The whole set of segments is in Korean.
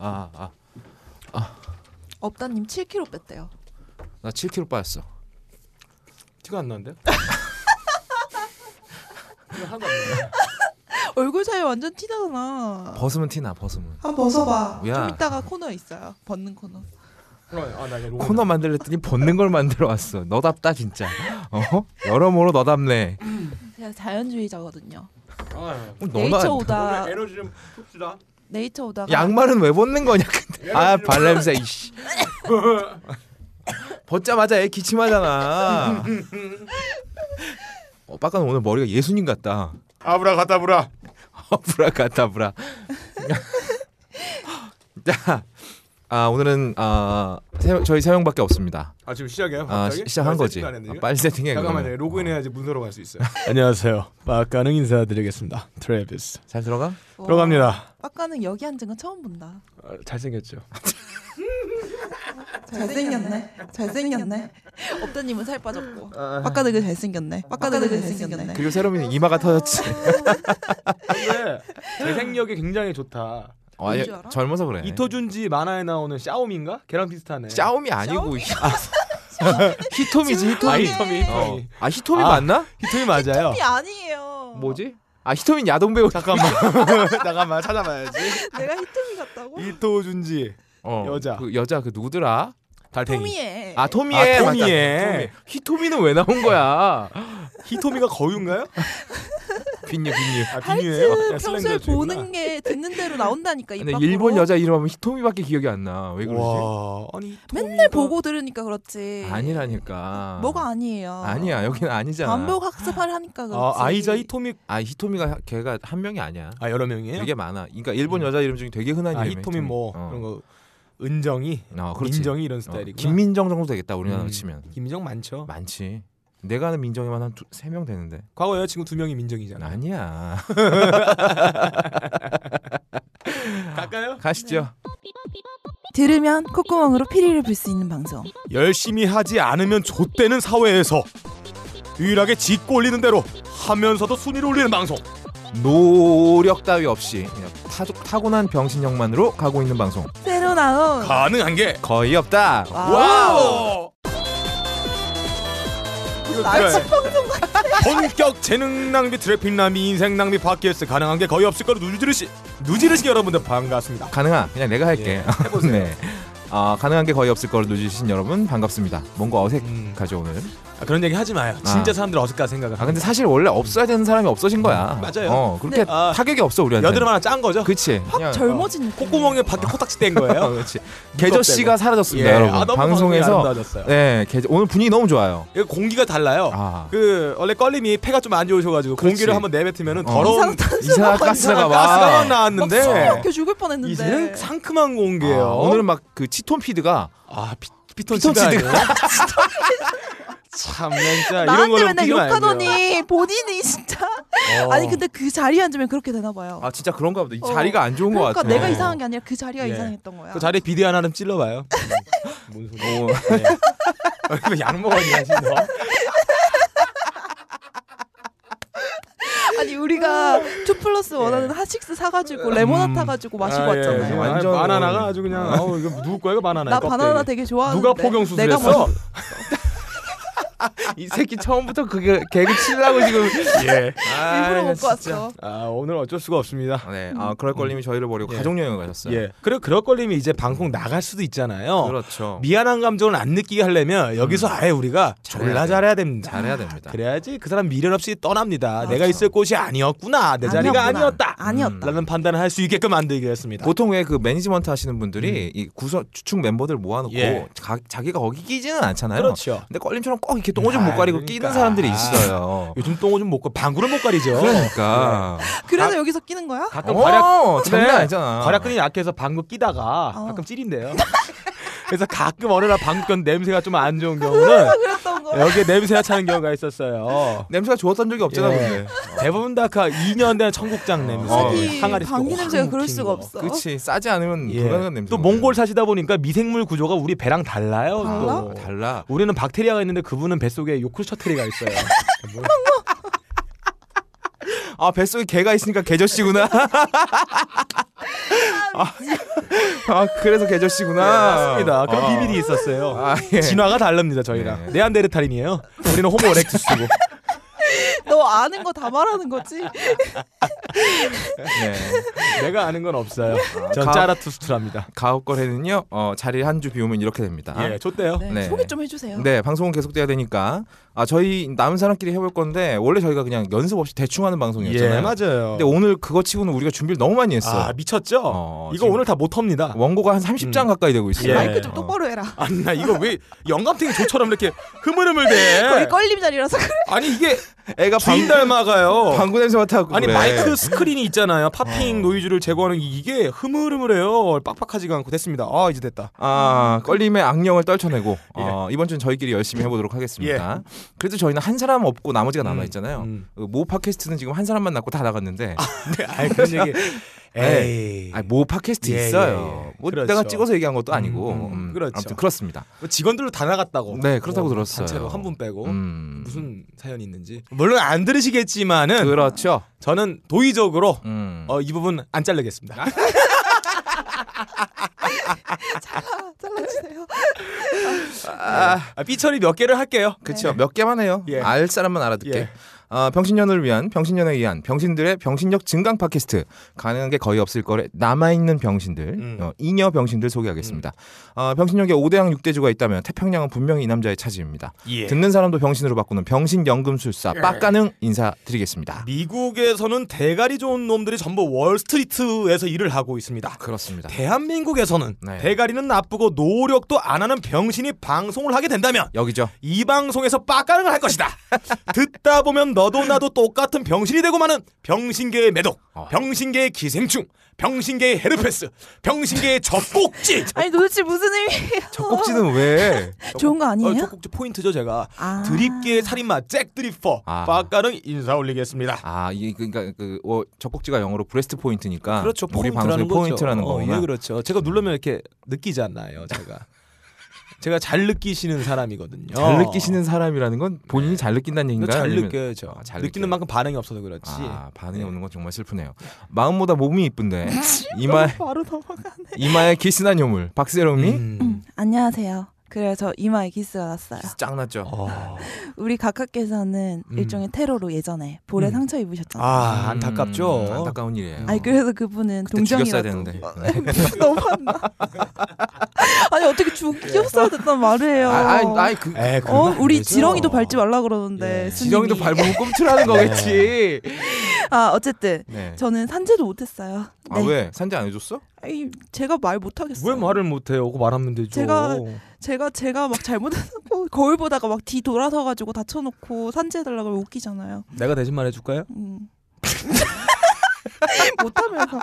아, 아. 업다님 7kg 뺐대요. 나 7kg 빠졌어. 티가 안 나는데? 티가 하나도 안 나네. 얼굴 차이 완전 티나잖아. 벗으면 티나, 벗으면. 한번 벗어봐. 뭐야. 좀 이따가 코너 있어요. 벗는 코너. 그럼 아나 이거 코너 만들랬더니 벗는 걸 만들어 왔어. 너답다 진짜. 어? 여러모로 너답네. 음, 제가 자연주의자거든요. 아, 그럼 네이처 너나 오다. 오늘 에너지 좀 풉시다. 네이처 오다가 양말은 왜 벗는 거냐? 근데. 아 발냄새 이씨. 벗자마자 애 기침하잖아. 어, 빡가는 오늘 머리가 예수님 같다. 어, 아브라가다브라. 브라 같다 브라. 자, 아 오늘은 아 세, 저희 세 명밖에 없습니다. 아 지금 어, 시작이야? 아 갑자기? 시, 시작한 벌써 거지. 시작 안 했네, 아, 지금? 빨리 세팅해. 잠깐만요. 그러면. 로그인 해야지 문서로 갈 수 있어요. 안녕하세요. 막가능 인사드리겠습니다. 트래비스 아, 잘 들어가? 와, 들어갑니다. 아까는 뭐 여기 앉은 건 처음 본다. 아, 잘생겼죠. 잘생겼네. 잘생겼네. 업다님은 살 빠졌고. 아까는 그 잘생겼네. 아까는 그 잘생겼네. 그리고 세롬이는 이마가 터졌지. 근데 재생력이 굉장히 좋다. 어, 아니, 줄 알아? 젊어서 그래. 네. 이토준지 만화에 나오는 샤오미인가? 걔랑 비슷하네. 샤오미 아니고 아, 히토미지 히토미. 아, 샤오미. 히토미. 어. 히토미. 아 히토미 아. 맞나? 히트이 맞아요. 이그 아니에요. 뭐지? 아 히토미 야동 배우. 잠깐만. 잠깐만 찾아봐야지. 내가 히토미 같다고? 이토준지 어, 여자. 그 여자 그 누구더라? 달팽이. 토미에. 아 토미에. 아, 맞다. 토미에. 토미. 히토미는 왜 나온 거야? 히토미가 거유인가요? 빈유 빈유. 아 비뉴예요. 하여튼 평소에 보는 게 듣는 대로 나온다니까 입 근데 밖으로. 일본 여자 이름 하면 히토미밖에 기억이 안 나. 왜 그러지? 와 아니 히토미가... 맨날 보고 들으니까 그렇지. 아니라니까. 뭐가 아니에요. 아니야. 여기는 아니잖아. 반복 학습을 하니까 그렇지. 아 아이자 히토미 아 히토미가 하- 걔가 한 명이 아니야. 아 여러 명이에요? 되게 많아. 그러니까 일본 여자 이름 중에 되게 흔한 아 이름이야. 히토미 뭐 어. 그런 거 은정이 어, 그렇지. 민정이 이런 어, 스타일이구나. 김민정 정도 되겠다. 우리나라로 음. 치면. 김민정 많죠. 많지. 내가 아는 민정이만 한세명 되는데. 과거 여자친구 두 명이 민정이잖아. 아니야. 갈까요? 가시죠. 들으면 콧구멍으로 피리를 불 수 있는 방송. 열심히 하지 않으면 좆되는 사회에서 유일하게 짓고 올리는 대로 하면서도 순위를 올리는 방송 노력 따위 없이 그냥 타, 타고난 병신력만으로 가고 있는 방송. 새로 나온 가능한 게 거의 없다. 아. 와우 날씨 본격 재능 낭비 트래핑 낭비 인생 낭비 팟캐스트 가능한 게 거의 없을 거로 누지르시 누지르시 여러분들 반갑습니다 가능한 그냥 내가 할게. 예, 해보세요. 네. 아 가능한 게 거의 없을 걸 누리신 여러분 반갑습니다. 뭔가 음. 어색하죠 오늘. 아, 그런 얘기 하지 마요 진짜 사람들 어색하 생각을 아 근데 사실 원래 없어야 되는 사람이 없어진 거야. 음, 맞아요. 어 그렇게 네. 아, 타격이 없어 우리한테. 여드름 하나 짠 거죠 그치. 확 젊어진 느낌. 콧구멍에 밖에 코딱지 뗀 어, 거예요 그렇지. 개저 씨가 사라졌습니다, 예. 여러분. 아, 너무 방송이 방송에서 아름다워졌어요. 네 개저, 오늘 분위기 너무 좋아요. 이거 공기가 달라요 아 그 원래 껄림이 폐가 좀 안 좋으셔가지고 그렇지. 공기를 한번 내뱉으면은 어. 더러운 이상한 가스가 이상한 가스가 막 와. 나왔는데 막혀 죽을 뻔했는데. 이제는 상큼한 공기예요. 아, 오늘은 막 그 치톤 피드가 아 피, 피톤치드 피톤치드 아니에요? 참 진짜 이런 나한테 걸로 맨날 웃기면 안 돼요. 욕하더니 본인이 진짜. 어. 아니 근데 그 자리에 앉으면 그렇게 되나 봐요. 아 진짜 그런가 보다. 이 어. 자리가 안 좋은 그러니까 것 같아. 내가 이상한 게 아니라 그 자리가 네. 예. 이상했던 거야. 그 자리에 비디 하나 좀 찔러봐요. 뭔 소리? 어, 네. 이거 약 먹었냐 지금? 너? 아니 우리가 2 플러스 원하는 핫식스 사가지고 레모나 타가지고 마시고 예. 아, 예. 음. 왔잖아요. 지금 완전- 바나나가 아주 그냥 아우 이거 누구 거야 이거 바나나? 나 껍데기. 바나나 되게 좋아하는데 누가 포경 내가 수술했어? 먼저- 이 새끼 처음부터 그게 개그 치려고 지금. 예. 일부러 먹고 진짜. 왔어. 아 오늘 어쩔 수가 없습니다. 네, 아 그럴 걸님이 저희를 버리고 예. 가족 여행을 가셨어요. 예. 그리고 그럴 걸림이 이제 방송 나갈 수도 있잖아요. 그렇죠. 미안한 감정을 안 느끼게 하려면 여기서 아예 우리가 잘해야 돼요. 졸라 음. 잘해야 됩니다. 잘해야 됩니다. 그래야지 그 사람 미련 없이 떠납니다. 맞아. 내가 있을 곳이 아니었구나. 내 자리가 그렇죠. 아니었구나. 아니었다. 아니었다. 라는 판단을 할 수 있게끔 만들겠습니다. 보통 왜 그 매니지먼트 하시는 분들이 이 구성 주축 멤버들 모아놓고 음. 예. 자, 자기가 거기 끼지는 않잖아요. 그렇죠. 근데 껄림처럼 꼭 이렇게 똥오줌 못 아, 가리고 그러니까. 끼는 사람들이 있어요. 요즘 똥오줌 못 가, 방구를 못 가리죠. 그러니까 그래서 여기서 끼는 거야? 네. 가끔 네. 어, 과략 장난 아니잖아. 과략근이 약해서 방구 끼다가 어. 가끔 찌린대요. 그래서 가끔 어느 날 방구 껴 냄새가 좀 안 좋은 경우는 그랬던 거야. 여기에 냄새가 차는 경우가 있었어요. 냄새가 좋았던 적이 없잖아, 예. 근데. 대부분 다 그 2년 된 청국장 냄새, 어, 아니, 항아리 방귀 확 냄새가 그럴 묵힌 수가 거. 없어. 그렇지. 싸지 않으면 예. 불가능한 냄새. 음. 또 몽골 사시다 보니까 미생물 구조가 우리 배랑 달라요. 달라? 또. 아, 달라. 우리는 박테리아가 있는데 그분은 뱃속에 요크셔테리가 있어요. 뭐. 아, 아 뱃속에 개가 있으니까 개저씨구나. 아 그래서 계절씨구나. 네, 예, 맞습니다. 그런 아. 비밀이 있었어요. 아 예. 진화가 다릅니다 저희랑. 네. 네안데르탈인이에요. 우리는 호모 에렉투스고. 너 아는 거 다 말하는 거지? 네. 내가 아는 건 없어요. 전 가- 짜라투스트랍니다. 가옥 거래는요 어, 자리를 한 주 비우면 이렇게 됩니다. 예, 좋대요. 네, 네. 소개 좀 해주세요. 네 방송은 계속돼야 되니까 아 저희 남은 사람끼리 해볼 건데 원래 저희가 그냥 연습 없이 대충 하는 방송이었잖아요. 예, 맞아요. 근데 오늘 그거 치고는 우리가 준비를 너무 많이 했어. 아 미쳤죠? 어, 이거 지금- 오늘 다 못 합니다. 원고가 한 30장 가까이 되고 있어요. 예. 마이크 어. 좀 똑바로 해라. 아니 나 이거 왜 영감탱이 조처럼 이렇게 흐물흐물대? 거의 껄림 자리라서 그래. 아니 이게 애가 주인 방, 닮아가요. 방구 냄새 맡아고 어. 아니 그래. 어. 마이크 스크린이 있잖아요. 팝핑 노이즈를 제거하는 이게 흐물흐물해요. 빡빡하지가 않고 됐습니다. 아 이제 됐다. 아 껄림의 악령을 떨쳐내고 예. 어, 이번 주는 저희끼리 열심히 해보도록 하겠습니다. 그래도 저희는 한 사람 없고 나머지가 남아 있잖아요. 그 음. 모 팟캐스트는 지금 한 사람만 낳고 다 나갔는데 아이 그런 얘기. 에이. 아니, 모 팟캐스트 예, 있어요. 예, 예. 뭐 그렇죠. 내가 찍어서 얘기한 것도 아니고 음, 음, 그렇죠. 아무튼 그렇습니다. 뭐 직원들로 다 나갔다고. 뭐 네, 그렇다고 들었어요. 단체로 한 분 빼고 음. 무슨 사연이 있는지. 물론 안 들으시겠지만은 그렇죠. 저는 도의적으로 음. 아. 어, 이 부분 안 잘르겠습니다. 네. 잘라, 잘라주세요. 아, 삐처리 몇 개를 할게요. 그렇죠. 몇 개만 해요. 예. 알 사람만 알아듣게. 예. 아, 병신년을 위한 병신년에 의한 병신들의 병신력 증강 팟캐스트 가능한 게 거의 없을 거래 남아있는 병신들 음. 어, 잉여 병신들 소개하겠습니다 아, 병신력에 5대양 6대주가 있다면 태평양은 분명히 이 남자의 차지입니다 예. 듣는 사람도 병신으로 바꾸는 병신연금술사 빡가능 인사드리겠습니다 미국에서는 대가리 좋은 놈들이 전부 월스트리트에서 일을 하고 있습니다. 그렇습니다 대한민국에서는 네. 대가리는 나쁘고 노력도 안 하는 병신이 방송을 하게 된다면 여기죠 이 방송에서 빡가능을 할 것이다. 듣다 보면 너도 나도 똑같은 병신이 되고 마는 병신계의 매독, 어. 병신계의 기생충, 병신계의 헤르페스, 병신계의 젖꼭지. 아니 도대체 무슨 의미예요? 젖꼭지는 왜 좋은 거 아니에요? 어, 젖꼭지 포인트죠 제가. 아. 드립계의 살인마 잭 드리퍼 아. 빡가능 인사 올리겠습니다. 아, 이 그러니까 그 어, 젖꼭지가 영어로 브레스트 포인트니까 그렇죠. 아, 우리 방송의 거죠. 포인트라는 어, 거구나. 예, 그렇죠. 제가 누르면 이렇게 느끼잖아요. 제가 제가 잘 느끼시는 사람이거든요. 잘 느끼시는 사람이라는 건 본인이 잘 느낀다는 얘기인가요? 어. 네. 잘 아니면- 느껴요. 저. 아, 잘 느끼는 느껴요. 만큼 반응이 없어서 그렇지. 아, 반응이 네. 없는 건 정말 슬프네요. 마음보다 몸이 이쁜데 이마 아. 이마에 기스난 요물 박세롬이 음. 안녕하세요. 그래서 이마에 기스가 났어요. 짱났죠. 어. 우리 각하께서는 음. 일종의 테러로 예전에 볼에 음. 상처 입으셨잖아요. 아 음, 안타깝죠. 음. 안타까운 일이에요. 아. 니 그래서 그분은 그때 죽였어야 동정이라도 되는데. 네. 너무 한다. 아니 어떻게 죽였어야 됐단 말이에요. 네. 아, 아니, 아니 그 에이, 그건 어 안 우리 되죠. 지렁이도 밟지 말라 그러는데 예. 스님이. 지렁이도 밟으면 네. 꿈틀하는 거겠지. 아 어쨌든 네. 저는 산재도 못했어요. 네. 아 왜 산지 안 해줬어? 아니, 제가 말 못하겠어요. 왜 말을 못해요? 그 말하면 되죠. 제가- 제가 제가 막 잘못하고 거울 보다가 막 뒤 돌아서 가지고 다쳐놓고 산지해달라고 하면 웃기잖아요. 내가 대신 말해줄까요? 음. 못하면서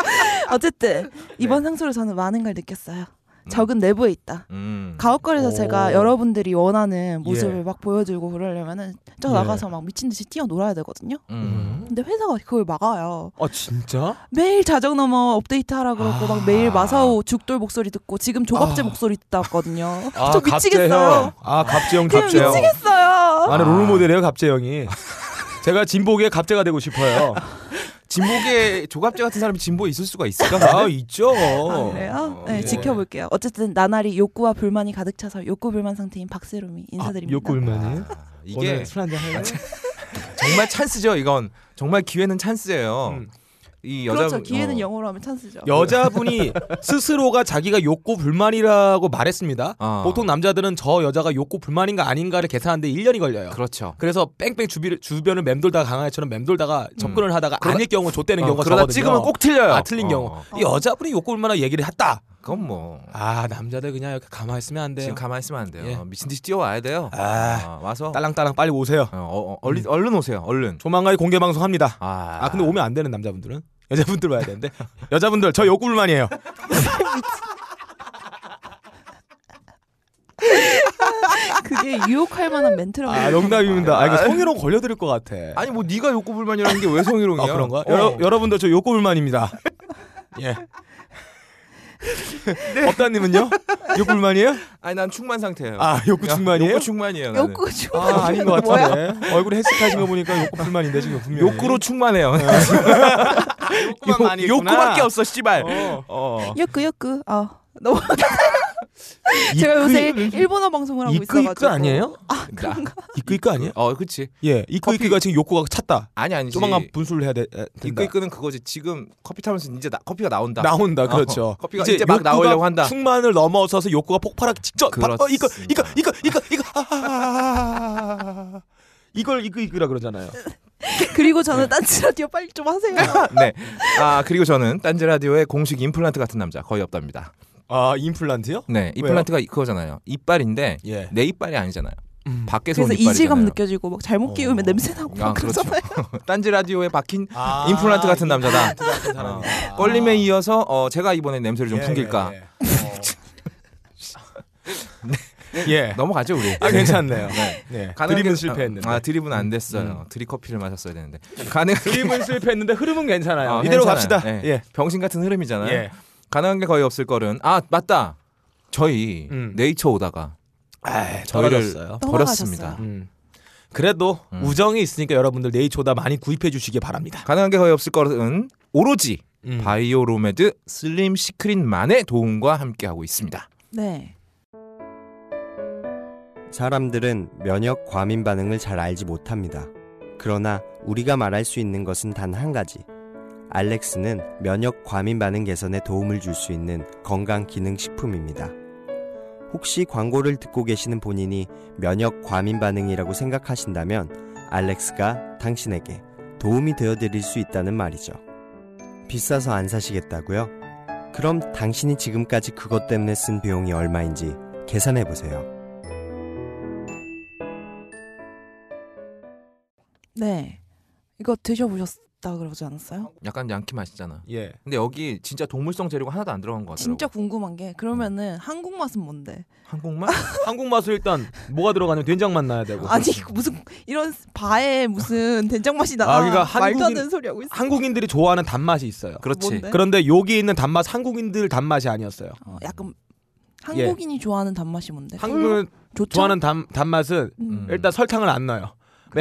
어쨌든 이번 네. 상소로 저는 많은 걸 느꼈어요. 적은 내부에 있다. 음. 가옥걸에서 오. 제가 여러분들이 원하는 모습을 예. 막 보여주고 그러려면은 저 예. 나가서 막 미친 듯이 뛰어 놀아야 되거든요. 음. 근데 회사가 그걸 막아요. 아 진짜? 매일 자정 넘어 업데이트 하라 그러고 막 매일 마사오 죽돌 목소리 듣고 지금 조갑제 아. 목소리 듣다 왔거든요. 아, 저 미치겠어요. 갑재형. 아 갑재형 그냥 갑재형. 미치겠어요. 나는 아. 롤 모델이에요 갑재형이. 제가 진복의 갑재가 되고 싶어요. 진복에 조갑제 같은 사람이 진보에 있을 수가 있을까? 아 있죠. 네. 아, 그래요? 어, 네, 예. 지켜볼게요. 어쨌든 나날이 욕구와 불만이 가득 차서 욕구 불만 상태인 박세롬이 인사드립니다. 아, 욕구 불만이. 아, 이게 이게 술 한잔 해요. 정말 찬스죠. 이건 정말 기회는 찬스예요. 음. 이 여자 그렇죠. 기회는 영어로 하면 찬스죠. 여자분이 스스로가 자기가 욕구 불만이라고 말했습니다. 아. 보통 남자들은 저 여자가 욕구 불만인가 아닌가를 계산하는데 1년이 걸려요. 그렇죠. 그래. 서 뺑뺑 주비, 주변을 맴돌다가 강아지처럼 맴돌다가 접근을 하다가 아닐 경우 좆되는 음. 어, 경우가 그러다 적거든요. 찍으면 꼭 틀려요. 아 틀린 어, 경우. 어. 이 여자분이 욕구 불만한 얘기를 했다. 그건 뭐 아 남자들 그냥 이렇게 가만히 있으면 안 돼요. 지금 가만히 있으면 안 돼요. 예. 미친 듯이 뛰어와야 돼요. 아 어, 와서 딸랑딸랑 빨리 오세요. 어, 어, 어, 얼리, 얼른 오세요. 얼른. 조만간에 공개 방송합니다. 아, 아 근데 오면 안 되는 남자분들은 여자분들 와야 되는데 여자분들 저 욕구 불만이에요. 아, 그게 유혹할 만한 멘트라고. 아 농담입니다. 아 이거 성희롱 걸려드릴 것 같아. 아니 뭐 네가 욕구 불만이라는 게 왜 아, 성희롱이야? 아 그런가? 어. 여러, 여러분들 저 욕구 불만입니다. 예. 업다님은요? 욕불만이에요? 아니 난 충만 상태예요. 아 욕구 중만이에요? 욕구 충만이에요. 나는. 욕구 중 아 아닌 것 뭐야? 같은데 얼굴이 헬스카신 거 보니까 욕구 불만인데 지금 분명히 욕구로 충만해요. 욕구만 많이 욕- 했구나. 욕구밖에 없어 씨발. 어. 어. 욕구 욕구. 어. 너무 제가 요새 일본어 방송을 하고 그, 이끄 있어가지고. 이끄 아니에요? 아 그런가? 이끄 이끄 아니에요? 어, 그렇지. 예 이끄 이끄가 지금 욕구가 찼다. 아니 아니지. 조만간 분수를 해야 돼. 에, 된다. 이끄 이끄는 그거지. 지금 커피 타면서 이제 나, 커피가 나온다. 나온다 그렇죠. 어, 커피가 이제 막 욕구가 나오려고 한다. 충만을 넘어서서 욕구가 폭발하기 직전. 바- 어, 이거 이거 그렇습니다. 이거 이거 이거 아, 아, 아, 아, 아. 이걸 이거 이거라 그러잖아요. 그리고 저는 딴지 라디오 빨리 좀 하세요. 네. 아 그리고 저는 딴지 라디오의 공식 임플란트 같은 남자 거의 없답니다. 아 임플란트요? 네, 임플란트가 그거잖아요. 이빨인데 예. 내 이빨이 아니잖아요. 음. 밖에서 온 그래서 이빨이잖아요. 이질감 느껴지고 막 잘못 어. 끼우면 냄새 나고 막 아, 그렇죠. 그러잖아요. 딴지 라디오에 박힌 아, 임플란트 같은 남자다. 같은 사람이다. 아. 어. 껄림에 이어서 어, 제가 이번에 냄새를 좀 풍길까. 예. 예. 어. 예. 넘어가죠 우리. 아 괜찮네요. 네. 네. 가능하게- 드립은 아 실패했는데. 음. 드립은 안 됐어요. 드립 커피를 마셨어야 되는데. 가능. 드림은 실패했는데 흐름은 괜찮아요. 어, 이대로 아, 괜찮아요. 갑시다. 네. 예. 병신 같은 흐름이잖아요. 예. 가능한 게 거의 없을 거는. 아 맞다. 저희 음. 네이처 오다가 아, 저희를 떨어졌어요. 버렸습니다. 음. 그래도 음. 우정이 있으니까 여러분들 네이초다 많이 구입해 주시기 바랍니다. 가능한 게 거의 없을 거는 오로지 음. 바이오로메드 슬림 시크릿만의 도움과 함께 하고 있습니다. 네. 사람들은 면역 과민 반응을 잘 알지 못합니다. 그러나 우리가 말할 수 있는 것은 단 한 가지. 알렉스는 면역 과민 반응 개선에 도움을 줄 수 있는 건강 기능 식품입니다. 혹시 광고를 듣고 계시는 본인이 면역 과민 반응이라고 생각하신다면 알렉스가 당신에게 도움이 되어 드릴 수 있다는 말이죠. 비싸서 안 사시겠다고요? 그럼 당신이 지금까지 그것 때문에 쓴 비용이 얼마인지 계산해 보세요. 네. 이거 드셔보셨다 그러지 않았어요? 약간 양키 맛이잖아. 예. 근데 여기 진짜 동물성 재료가 하나도 안 들어간 것 같더라고. 진짜 궁금한 게 그러면은 한국 맛은 뭔데? 한국만? 아, 한국 맛은 일단 뭐가 들어가냐면 된장 맛 나야 되고. 아니 이거 무슨 이런 바에 무슨 된장 맛이 나? 아, 그러니까 말도 안 한국인- 되는 소리 하고 있어. 한국인들이 좋아하는 단맛이 있어요. 그렇지. 뭔데? 그런데 여기 있는 단맛 한국인들 단맛이 아니었어요. 어, 약간 한국인이 좋아하는 단맛이 뭔데? 한국은 좋죠? 좋아하는 단, 단맛은 음. 일단 설탕을 안 넣어요.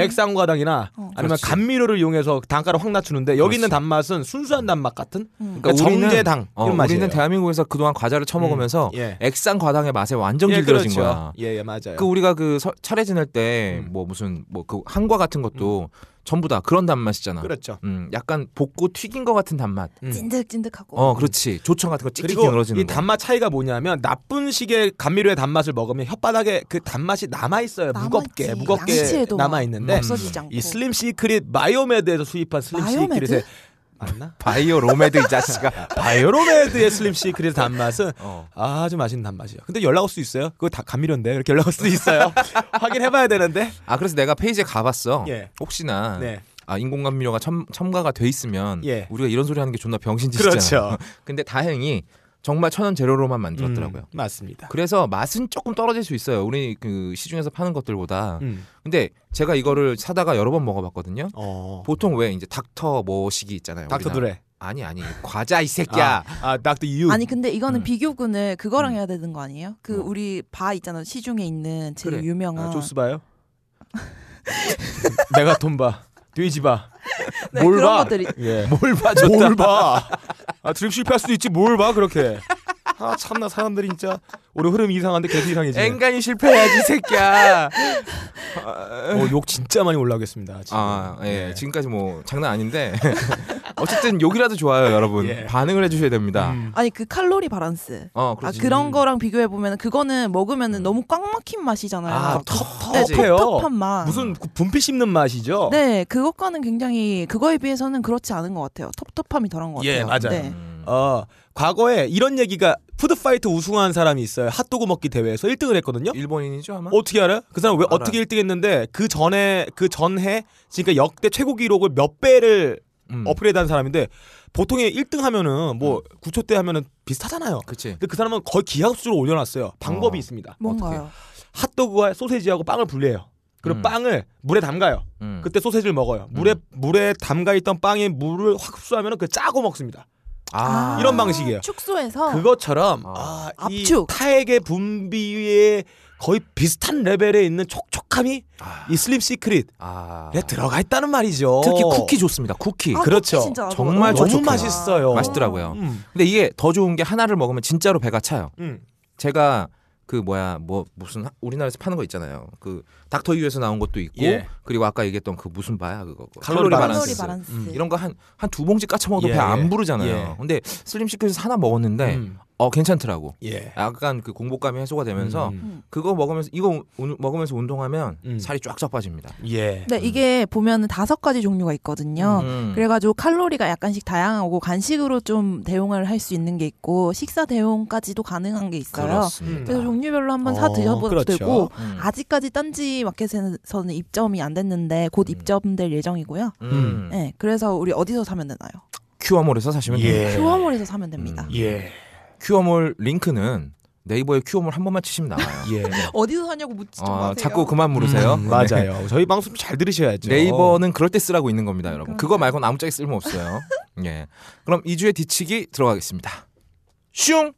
맥상과당이나 어. 아니면 그렇지. 감미료를 이용해서 단가를 확 낮추는데 여기 있는 그렇지. 단맛은 순수한 단맛 같은 음. 그러니까 그러니까 우리는- 정제당 어, 이런 맛이에요. 우리는 대한민국에서 그동안 과자를 처먹으면서 예. 액상 과당의 맛에 완전 예, 길들여진 그렇죠. 거야. 예, 예, 맞아요. 그 우리가 그 서- 차례 지낼 때 음. 뭐 무슨 뭐 그 한과 같은 것도 전부 다 그런 단맛이잖아. 그렇죠. 음, 약간 볶고 튀긴 것 같은 단맛. 음. 찐득찐득하고. 어, 그렇지. 조청 같은 거 찍찍 그리고 늘어지는 이 거. 단맛 차이가 뭐냐면 나쁜 식의 감미료의 단맛을 먹으면 혓바닥에 그 단맛이 남아 있어요. 남아있지. 무겁게 무겁게 양치에도 막 남아 있는데 음. 없어지지 않고. 이 슬림 시크릿 마요메드에서 수입한 슬림 마요메드? 시크릿의 맞나? 바이오 로메드 이 자식아. 바이오로메드의 슬림 시크릿 단맛은 어. 아주 맛있는 단맛이에요. 근데 연락 올 수 있어요? 그거 다 감미료인데 이렇게 연락 올 수 있어요? 확인해봐야 되는데. 아, 그래서 내가 페이지에 가봤어. 예. 혹시나 네. 아, 인공감미료가 첨, 첨가가 돼 있으면 예. 우리가 이런 소리 하는 게 존나 병신짓이잖아. 그렇죠. 근데 다행히 정말 천연 재료로만 만들었더라고요. 음, 맞습니다. 그래서 맛은 조금 떨어질 수 있어요. 우리 그 시중에서 파는 것들보다. 음. 근데 제가 이거를 사다가 여러 번 먹어봤거든요. 어. 보통 왜 이제 닥터 뭐식이 있잖아요. 닥터 우리나라. 드레. 아니 아니 과자 이 새끼야. 아 닥터 유. 아니 근데 이거는 음. 비교군을 그거랑 음. 해야 되는 거 아니에요? 그 뭐? 우리 바 있잖아 시중에 있는 제일 그래. 유명한 아, 조스바요? 메가톤바. 돼지바. 네, 뭘 그런 봐? 것들이 예. 뭘 봐, 줬다. 뭘 봐. 아, 드립 실패할 수도 있지. 뭘 봐, 그렇게. 아, 참나 사람들이 진짜 오늘 흐름 이상한데 계속 이상해지네. 앵간히 실패해야지 이 새끼야. 어, 욕 진짜 많이 올라오겠습니다. 지금. 아 예. 예. 지금까지 뭐 장난 아닌데 어쨌든 욕이라도 좋아요 여러분. 예. 반응을 해주셔야 됩니다. 음. 아니 그 칼로리 바란스 어 아 그렇지. 그런 거랑 비교해 보면 그거는 먹으면 너무 꽉 막힌 맛이잖아요. 아, 그- 텁텁하지. 네, 텁텁한 맛. 무슨 그 분필 씹는 맛이죠? 네 그것과는 굉장히 그거에 비해서는 그렇지 않은 것 같아요. 텁텁함이 덜한 것 같아요. 예, 맞아요. 네. 음. 어, 과거에 이런 얘기가 푸드파이트 우승한 사람이 있어요. 핫도그 먹기 대회에서 1등을 했거든요. 일본인이죠 아마. 음. 어떻게 알아요? 그 사람 왜 알아요. 어떻게 1등 했는데 그 전에 그 전해 지금까 역대 최고 기록을 몇 배를 음. 업그레이드한 사람인데 보통에 1등 하면은 뭐 9초 대 하면은 비슷하잖아요. 그치. 근데 그 사람은 거의 기하급수로 올려놨어요. 방법이 어. 있습니다. 뭔가요? 핫도그와 소세지하고 빵을 분리해요. 그리고 음. 빵을 물에 담가요. 음. 그때 소세지를 먹어요. 물에 물에 담가 있던 빵에 물을 확 흡수하면 그 짜고 먹습니다. 아, 이런 방식이에요. 축소해서 그것처럼 아. 아, 이 어. 압축. 타액의 분비에 거의 비슷한 레벨에 있는 촉촉함이 아. 이 슬림 시크릿 아. 에 네, 들어가 있다는 말이죠. 특히 어. 쿠키 좋습니다. 쿠키. 아, 그렇죠. 쿠키 진짜 정말 알아보다. 너무 촉촉해요. 맛있어요. 맛있더라고요. 음. 근데 이게 더 좋은 게 하나를 먹으면 진짜로 배가 차요. 음. 제가 그 뭐야 뭐 무슨 하- 우리나라에서 파는 거 있잖아요. 그 닥터 유에서 나온 것도 있고 예. 그리고 아까 얘기했던 그 무슨 바야 그거 그거. 칼로리 칼로리 바란스. 바란스. 음, 이런 거 한 한 두 봉지 까쳐 먹어도 예, 배 예. 안 부르잖아요. 예. 근데 슬림 시크릿에서 하나 먹었는데 음. 어 괜찮더라고. 예. 약간 그 공복감이 해소가 되면서 음. 그거 먹으면서 이거 운- 먹으면서 운동하면 음. 살이 쫙쫙 빠집니다. 예. 네, 이게 보면 다섯 가지 종류가 있거든요. 음. 그래가지고 칼로리가 약간씩 다양하고 간식으로 좀 대용을 할 수 있는 게 있고 식사 대용까지도 가능한 게 있어요. 그렇습니다. 그래서 종류별로 한번 사 어, 드셔봐도 그렇죠. 되고 음. 아직까지 딴지 마켓에서는 입점이 안 됐는데 곧 음. 입점될 예정이고요. 음. 네, 그래서 우리 어디서 사면 되나요? 큐어몰에서 사시면 돼요. 예. 큐어몰에서 사면 됩니다. 네. 음. 예. 큐어몰 링크는 네이버에 큐어몰 한 번만 치시면 나와요. 예. 어디서 사냐고 묻지 좀 어, 마세요. 자꾸 그만 물으세요. 네. 음, 맞아요. 그렇죠. 저희 방송 잘 들으셔야죠. 네이버는 그럴 때 쓰라고 있는 겁니다, 여러분. 그러니까요. 그거 말고는 아무짝에 쓸모 없어요. 예. 그럼 2주의 뒤치기 들어가겠습니다. 슝!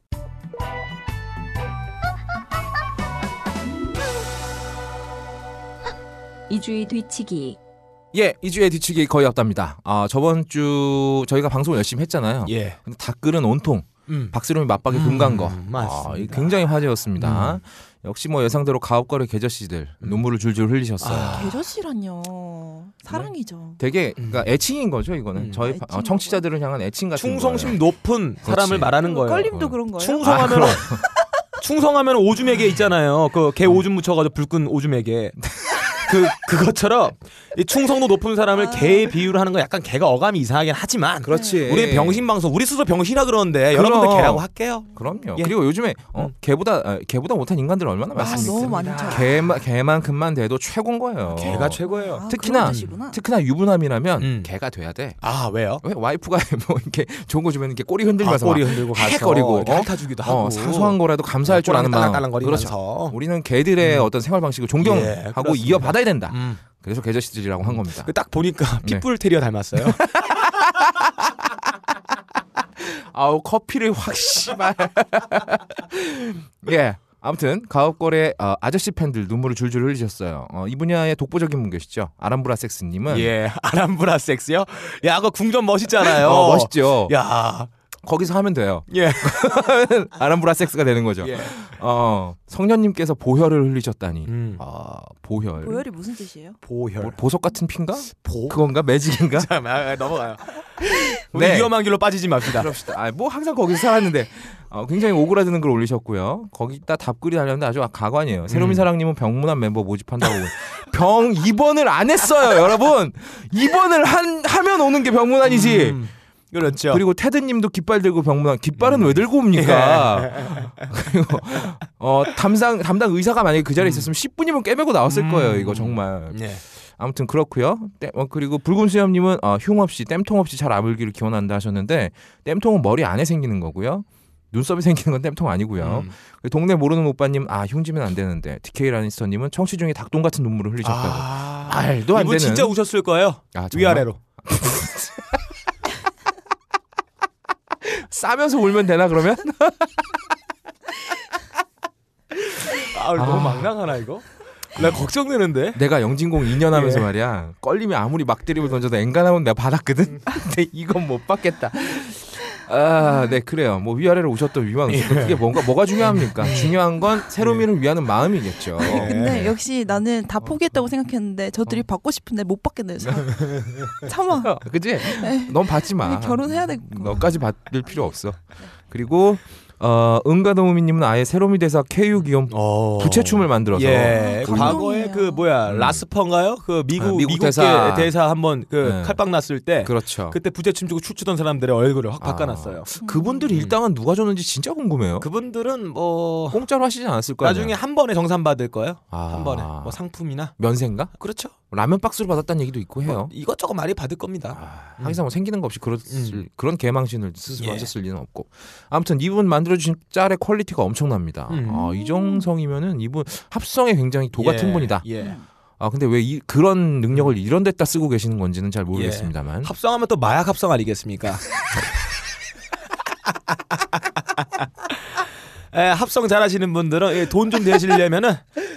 이주의 뒤치기 예, 2주의 뒤치기 거의 없답니다. 아, 저번 주 저희가 방송을 열심히 했잖아요. 예. 근데 댓글은 온통 음. 박스름이 맞박에 금간 거. 음, 아, 이게 맞습니다. 굉장히 화제였습니다. 음. 역시 뭐 예상대로 가업거래 개저씨들 음. 눈물을 줄줄 흘리셨어요. 아. 음. 계절씨란요 사랑이죠. 되게 그러니까 애칭인 거죠 이거는 음. 저희 바- 어, 애칭인 청취자들을 향한 애칭 같은 충성심 높은 사람을 그렇지. 말하는 거예요. 걸림도 그런 거예요. 충성하면 충성하면 오줌에게 있잖아요. 그 개 오줌 묻혀가지고 불끈 오줌에게 그 그것처럼 이 충성도 높은 사람을 아. 개에 비유를 하는 건 약간 개가 어감이 이상하긴 하지만 그렇지 우리 병신 방송 우리 스스로 병신이라 그러는데 그럼. 여러분들 개라고 할게요. 그럼요 예. 그리고 요즘에 어, 개보다 어, 개보다 못한 인간들 얼마나 아, 많습니까 너무 많죠. 개마, 개만큼만 돼도 최고인 거예요 개가 최고예요. 아, 특히나- 그런 뜻이구나. 특히나 유부남이라면 음. 개가 돼야 돼 왜 아 왜요? 와이프가 뭐 이렇게 좋은 거 주면 이렇게 꼬리 흔들면서 아, 막 꼬리 흔들고 가서 헥거리고, 이렇게 어? 핥아주기도 하고 어, 어, 사소한 거라도 감사할 줄 아는 마음 그렇죠 딸랑딸랑거리면서 우리는 개들의 어떤 생활 방식을 어. 음. 예, 존경하고 그렇습니다. 이어받아야 된다 음. 그래서 개저씨들이라고 한 겁니다 그딱 보니까 네. 핏불 테리어 닮았어요. 아우 커피를 확 씨발. 예. 아무튼 가업거래 어, 아저씨 팬들 눈물을 줄줄 흘리셨어요. 어, 이 분야의 독보적인 분 계시죠. 아람브라 섹스님은 예, 아람브라 섹스요? 야, 그거 궁전 멋있잖아요. 어, 멋있죠. 야, 거기서 하면 돼요. 예. 아람브라 섹스가 되는 거죠. 예. 어, 성년님께서 보혈을 흘리셨다니. 음. 아 보혈. 네. 보혈이 무슨 뜻이에요? 보혈. 뭐, 보석 같은 핀가? 보. 그건가 매직인가? 잠, 아, 아, 넘어가요. 우리 네. 위험한 길로 빠지지 맙시다. 그럽시다. 아, 뭐 항상 거기서 살았는데 어, 굉장히 오그라드는 글 올리셨고요. 거기다 답글이 달렸는데 아주 가관이에요. 새로민 음. 사랑님은 병문안 멤버 모집한다고 병 입원을 안 했어요, 여러분. 입원을 한 하면 오는 게 병문안이지. 음, 그렇죠. 그리고 테드님도 깃발 들고 병문안 깃발은 음. 왜 들고 옵니까? 예. 그리고 어, 담당 담당 의사가 만약에 그 자리에 있었으면 10분이면 깨매고 나왔을 음. 거예요. 이거 정말 예. 아무튼 그렇고요. 땜- 어, 그리고 붉은 수염님은 어, 흉 없이 땜통 없이 잘 아물기를 기원한다 하셨는데 땜통은 머리 안에 생기는 거고요. 눈썹이 생기는 건 땜통 아니고요. 음. 동네 모르는 오빠님 아 흉지면 안 되는데 DK 라니스터님은 청취 중에 닭똥 같은 눈물을 흘리셨다고. 아, 말도 안 되는. 이분 진짜 우셨을 거예요. 아, 정말? 위아래로. 싸면서 울면 되나 그러면? 아, 너무 망랑하나 이거? 나 걱정되는데. 내가 영진공 2년 하면서 예. 말이야 걸림이 아무리 막 드립을 던져도 엔간하면 내가 받았거든. 근데 이건 못 받겠다. 아, 네 그래요. 뭐 위아래로 오셨던 위망 그게 뭔가 뭐가 중요합니까? 중요한 건 새로미를 위하는 마음이겠죠. 근데 네. 역시 나는 어, 다 포기했다고 생각했는데 저들이 받고 싶은데 못 받겠네요. 참. 참아. 그지? 넌 받지 마. 음, 결혼해야 되고. 아, 너까지 받을 필요 없어. 그리고 어, 은가도우미님은 아예 새로미 대사 KU 기염 어. 부채춤을 만들어서 예, 아, 과거에 감동이에요. 그 뭐야 음. 라스펀가요? 그 아, 미국 미국 미국 대사. 대사 대사 한번 그 네. 칼빵 났을 때 그렇죠. 그때 부채춤 주고 춤추던 사람들의 얼굴을 확 아. 바꿔놨어요. 그, 분들이 음. 일당은 누가 줬는지 진짜 궁금해요. 그분들은 뭐 공짜로 하시지 않았을 거예요. 나중에 한 번에 정산 받을 거예요. 아. 한 번에 뭐 상품이나 면세인가? 그렇죠. 라면 박스로 받았다는 얘기도 있고 해요. 뭐 이것저것 많이 받을 겁니다. 아, 항상 뭐 생기는 거 없이 그랬을, 음. 그런 개망신을 스스로 예. 하셨을 리는 없고 아무튼 이분 만들어주신 짤의 퀄리티가 엄청납니다. 음. 아, 이정성이면은 이분 합성에 굉장히 도 같은 예, 분이다. 예. 아 근데 왜 이, 그런 능력을 이런 데다 쓰고 계시는 건지는 잘 모르겠습니다만. 합성하면 또 마약 합성 아니겠습니까? 에, 예, 합성 잘하시는 분들은 예, 돈 좀 되시려면은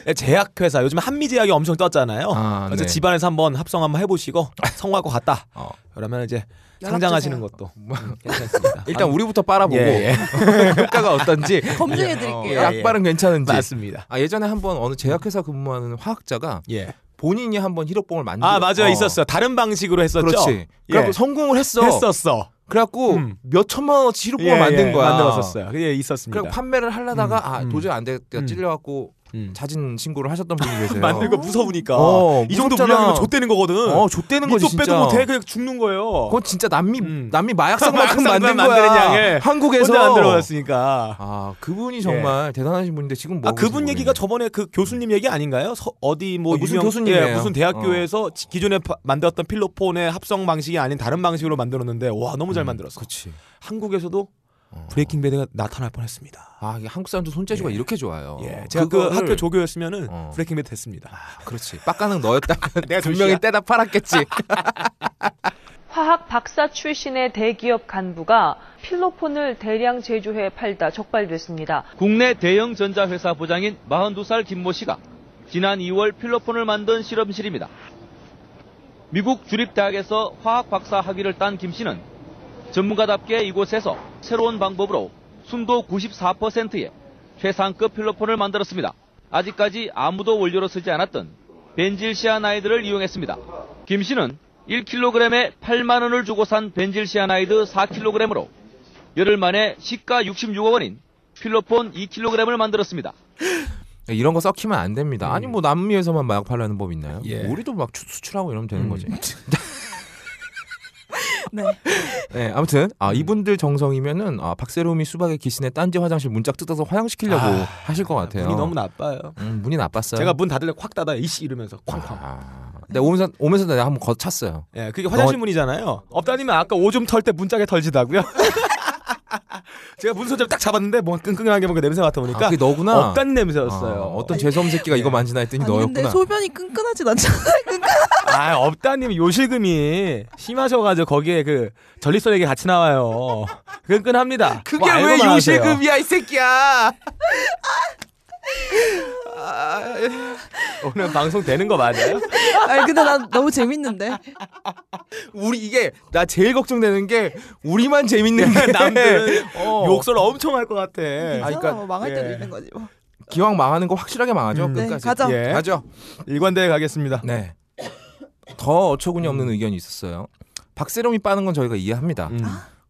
예, 제약회사 요즘 한미제약이 엄청 떴잖아요. 아, 그래서 네. 집안에서 한번 합성 한번 해보시고 성공할 것 같다. 어. 뭐. 그러면 이제 연락 상장하시는 주세요. 것도 음, 괜찮습니다. 일단 우리부터 빨아보고 예, 효과가 어떤지 검증해드릴게요. 어, 약발은 괜찮은지. 맞습니다. 아 예전에 한번 어느 제약회사 근무하는 화학자가 예. 본인이 한번 히로뽕을 만든 아 맞아요 어. 있었어. 요 다른 방식으로 했었죠. 그렇지. 그래갖고 예. 성공을 했어. 했었어. 그래갖고 음. 몇 천만 원어치 히로뽕을 예, 만든 예, 거야. 만들었었어요. 그게 있었습니다. 그리고 판매를 하려다가 음, 아 음. 도저히 안 되겠다 음. 찔려갖고 음. 자진 신고를 하셨던 분이 계세요. 만들고 무서우니까 네. 어, 이 정도 무섭잖아. 물량이면 좆되는 거거든. 어, 좆되는 거지 밑도 진짜. 빼도 못해 그냥 죽는 거예요. 그건 진짜 남미 음. 남미 마약상만큼 만든 마약상만 거야. 만드는 양에 한국에서 혼자 안 들어갔으니까. 예. 아 그분이 정말 대단하신 분인데 지금 뭐 아 그분 얘기가 저번에 그 교수님 얘기 아닌가요? 서- 어디 뭐 어, 무슨 유명- 교수님이에요. 어. 예, 무슨 대학교에서 지- 기존에 파- 만들었던 필로폰의 합성 방식이 아닌 다른 방식으로 만들었는데 와 너무 잘 만들었어. 음, 그렇지. 한국에서도 어. 브레이킹 배드가 나타날 뻔했습니다. 아 이게 한국 사람도 손재주가 예. 이렇게 좋아요. 예, 제가 그 그거를- 학교 조교였으면은 어. 브레이킹 배드 됐습니다. 그렇지. 빡가능 너였다면 내가 분명히 때다 팔았겠지. 화학 박사 출신의 대기업 간부가 필로폰을 대량 제조해 팔다 적발됐습니다. 국내 대형 전자회사 부장인 42살 김모 씨가 지난 2월 필로폰을 만든 실험실입니다. 미국 주립대학에서 화학 박사 학위를 딴 김 씨는 전문가답게 이곳에서 새로운 방법으로 순도 94%의 최상급 필로폰을 만들었습니다. 아직까지 아무도 원료로 쓰지 않았던 벤질시아나이드를 이용했습니다. 김 씨는 1kg에 8만 원을 주고 산 벤질시아나이드 4kg으로 열흘 만에 시가 66억 원인 필로폰 2kg을 만들었습니다. 이런 거 섞이면 안 됩니다. 아니 뭐 남미에서만 마약 팔라는 법 있나요? 음. 예. 우리도 막 추- 수출하고 이러면 되는 음. 거지. 네. 네, 아무튼 아, 이분들 정성이면은 아, 박세롬이 수박의 귀신의 딴지 화장실 문짝 뜯어서 화장시키려고 아, 하실 것 같아요. 운이 너무 나빠요. 음, 문이 나빴어요. 제가 문 닫을래 확 닫아요. 이씨 이러면서 쾅쾅. 아, 근데 오면서 오면서 내가 한번 거쳤어요. 예, 그게 화장실 너- 문이잖아요. 업다니면 아까 오줌 털 때 문짝에 털지다고요. 제가 문소재를 딱 잡았는데 뭔가 끙끙하게 뭔가 냄새 맡아보니까 아, 그게 너구나. 억간 냄새였어요. 아, 어떤 죄섬 새끼가 이거 만지나 했더니 아니 근데 너였구나. 소변이 끈끈하진 않잖아. 아, 업다님 요실금이 심하셔가지고 거기에 그 전립선에게 같이 나와요. 끈끈합니다. 뭐 알고만 아세요. 이 새끼야. 오늘 방송 되는 거 맞아요? 네. 아니 근데 난 너무 재밌는데. 아, 그 우리 이게 나 제일 걱정되는 게 우리만 재밌는 게 남들은 어. 욕설 엄청 할 것 같아. 이상한 그러니까, 거 망할 때도 예. 있는 거지 뭐. 기왕 망하는 거 확실하게 망하죠. 음. 네, 끝까지. 가자. 예. 가죠. 일관되게 가겠습니다. 네. 더 어처구니 없는 의견이 있었어요. 박세롬이 빠는 건 저희가 이해합니다. 음.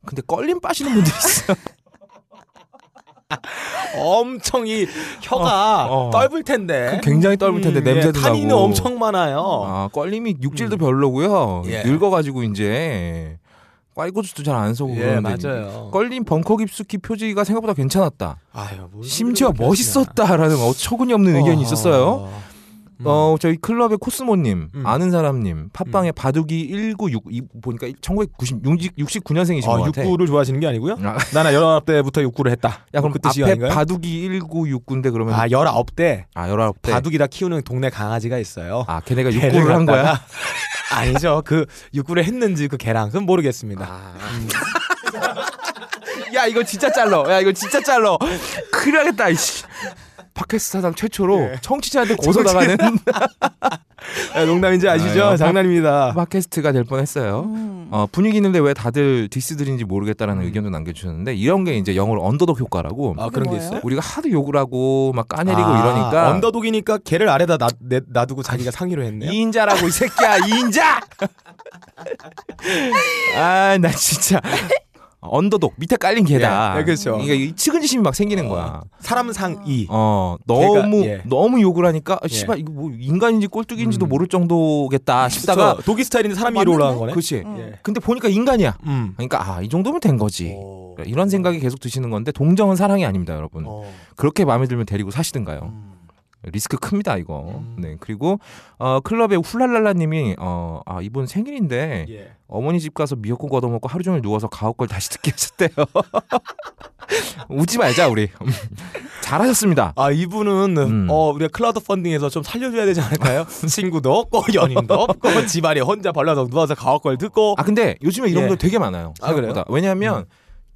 근데 껄림 빠시는 분들이 있어요. 엄청 이 혀가 어, 어. 떫을 텐데. 굉장히 떨볼 텐데 음, 냄새도 예, 나고. 탄이는 엄청 많아요. 아, 껄림이 육질도 별로고요. 예. 늙어가지고 이제 꽈이고추도 잘 안 써고 예, 그러는데 맞아요. 껄림 벙커 깊숙이 표지가 생각보다 괜찮았다. 아유, 뭘 심지어 그렇게 멋있었다라는 어처구니 없는 하시나. 의견이 있었어요. 그렇죠. 어. 어 저희 클럽의 코스모님, 음. 아는 사람님, 팟빵의 바둑이 196 이, 보니까 1996 69년생이신 아, 것 같아. 육구를 좋아하시는 게 아니고요. 아. 나나 열아홉 때부터 육구를 했다. 야 그럼 그 뜻이 앞에 아닌가요? 바둑이 1969인데 그러면 아, 열아홉 때 아 19대 바둑이다 키우는 동네 강아지가 있어요. 아 걔네가 개를 육군을 한 거야? 갖다가- 아니죠. 그 육구를 했는지 그 개랑 그건 모르겠습니다. 아. 야 이거 진짜 잘러 야 이거 진짜 잘러 큰일 나겠다 이씨 팟캐스트 사상 최초로 청취자한테 고소당하는 예, 농담인지 아시죠? 아유, 장난입니다. 팟캐스트가 될 뻔했어요 음. 어, 분위기 있는데 왜 다들 디스들인지 모르겠다라는 의견도 남겨주셨는데 이런 게 이제 영어로 언더독 효과라고 아 그런 게 있어요? 우리가 하도 욕을 하고 막 까내리고 이러니까 아, 아, 언더독이니까 개를 아래다 놔, 내, 놔두고 자기가 상의로 했네요. 이인자라고 이 새끼야 이인자 아 나 진짜 언더독 밑에 깔린 개다 예, 예, 그렇죠. 이게 이 측은지심이 막 생기는 거야 사람 상의. 어 너무 예. 너무 욕을 하니까 아, 씨발 이거 뭐 인간인지 꼴뚜기인지도 음. 모를 정도겠다 싶다가 그렇죠. 독일 스타일인데 사람이 위로 올라간 거네. 그렇지 예. 근데 보니까 인간이야 음. 그러니까 아 이 정도면 된 거지 오. 그러니까 이런 생각이 계속 드시는 건데 동정은 사랑이 아닙니다 여러분 어. 그렇게 마음에 들면 데리고 사시든가요. 음. 리스크 큽니다 이거. 네 그리고 어, 클럽의 훌랄랄라님이 어, 아 이번 생일인데 예. 어머니 집 가서 미역국 얻어먹고 하루 종일 누워서 가옥걸 다시 듣게 하셨대요. 웃지 말자 우리. 잘하셨습니다. 아 이분은 음. 어 우리가 클라우드 펀딩에서 좀 살려줘야 되지 않을까요? 친구도 없고 연인도 없고 집안에 혼자 벌러덩 누워서 가옥걸 듣고 아 근데 요즘에 이런 예. 분들 되게 많아요. 아, 그래요? 생각보다. 왜냐하면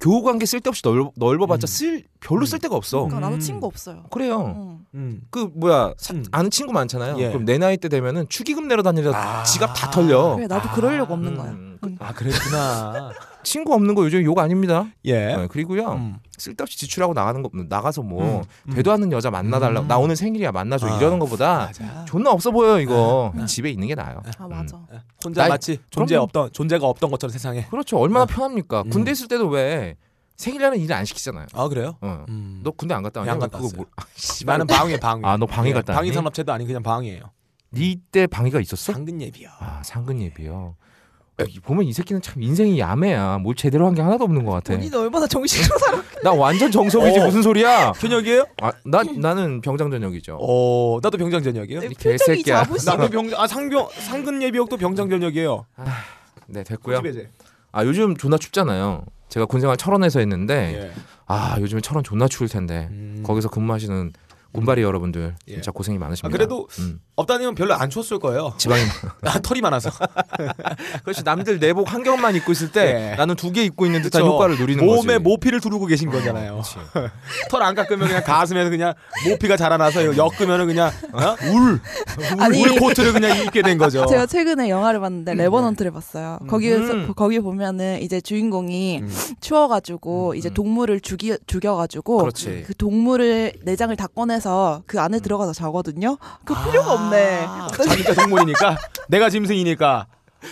교우 관계 쓸데없이 넓, 넓어봤자 음. 쓸 별로 쓸 데가 없어. 그러니까 음. 나도 친구 없어요. 그래요. 응. 음. 그 뭐야 사- 음. 아는 친구 많잖아요. 예. 그럼 내 나이 때 되면은 축의금 내러 다니라 아. 지갑 다 털려. 그래 나도 그러려고 없는 어. 음, 거야. 그 아 그랬구나. 친구 없는 거 요즘 욕 아닙니다. 예. 네, 그리고요 음. 쓸데없이 지출하고 나가는 거 나가서 뭐 음, 음. 되도 않는 여자 만나달라. 고나 오늘 생일이야 만나줘 아. 이러는 거보다 맞아. 네. 존나 없어 보여 이거 집에 있는 게 나아요. 아 음. 맞아. 예. 혼자 나이- 마치 존재 그럼요. 없던 존재가 없던 것처럼 세상에. 그렇죠. 얼마나 편합니까? 음. 군대 있을 때도 왜 생일날은 일 안 시키잖아요. 아 그래요? 어. 음. 너 군대 안 갔다 왔냐? 안 갔다 그거 왔어요. 뭘- 아, 씨, 나는 방위 방위. 아, 너 방위 예, 갔다 방위 왔니? 산업체도 아니고 그냥 방위예요. 니때 방위가 있었어? 당근 예비야. 아 상근 예비요. 어, 네. 이- 보면 이 새끼는 참 인생이 야매야. 뭘 제대로 한 게 하나도 없는 것 같아. 본인은 얼마나 정신으로 살아? 나 완전 정석이지 어. 무슨 소리야? 현역이에요? 아, 나 나는 병장 전역이죠. 어, 나도 병장 전역이에요. 이 표정이 개새끼야. 자부심. 나도 병장 아 상병 상근 예비역도 병장 전역이에요. 네 됐고요. 집에제. 아 요즘 존나 춥잖아요. 제가 군생활 철원에서 했는데 예. 아 요즘에 철원 존나 추울 텐데 음. 거기서 근무하시는 군바리 여러분들 예. 진짜 고생이 많으십니다. 아, 그래도- 음, 업다님은 별로 안 추웠을 거예요. 지방인 아, 털이 많아서. 그렇지 남들 내복 한 겹만 입고 있을 때 예. 나는 두 개 입고 있는 듯한 그쵸. 효과를 누리는 몸에 거지. 어, 모피를 두르고 계신 거잖아요. 털 안 깎으면 그냥 가슴에서 그냥 모피가 자라나서 이거 엮으면은 그냥 어? 울, 아니. 울 코트를 그냥 입게 된 거죠. 제가 최근에 영화를 봤는데 레버넌트를 봤어요. 거기에서 네. 음. 거기 보면은 이제 주인공이 음. 추워가지고 이제 음. 동물을 죽이 죽여가지고 그렇지. 음. 그 동물을 내장을 다 꺼내서 그 안에 들어가서 자거든요. 그 필요가 없네. 아, 자기가 동물이니까 내가 짐승이니까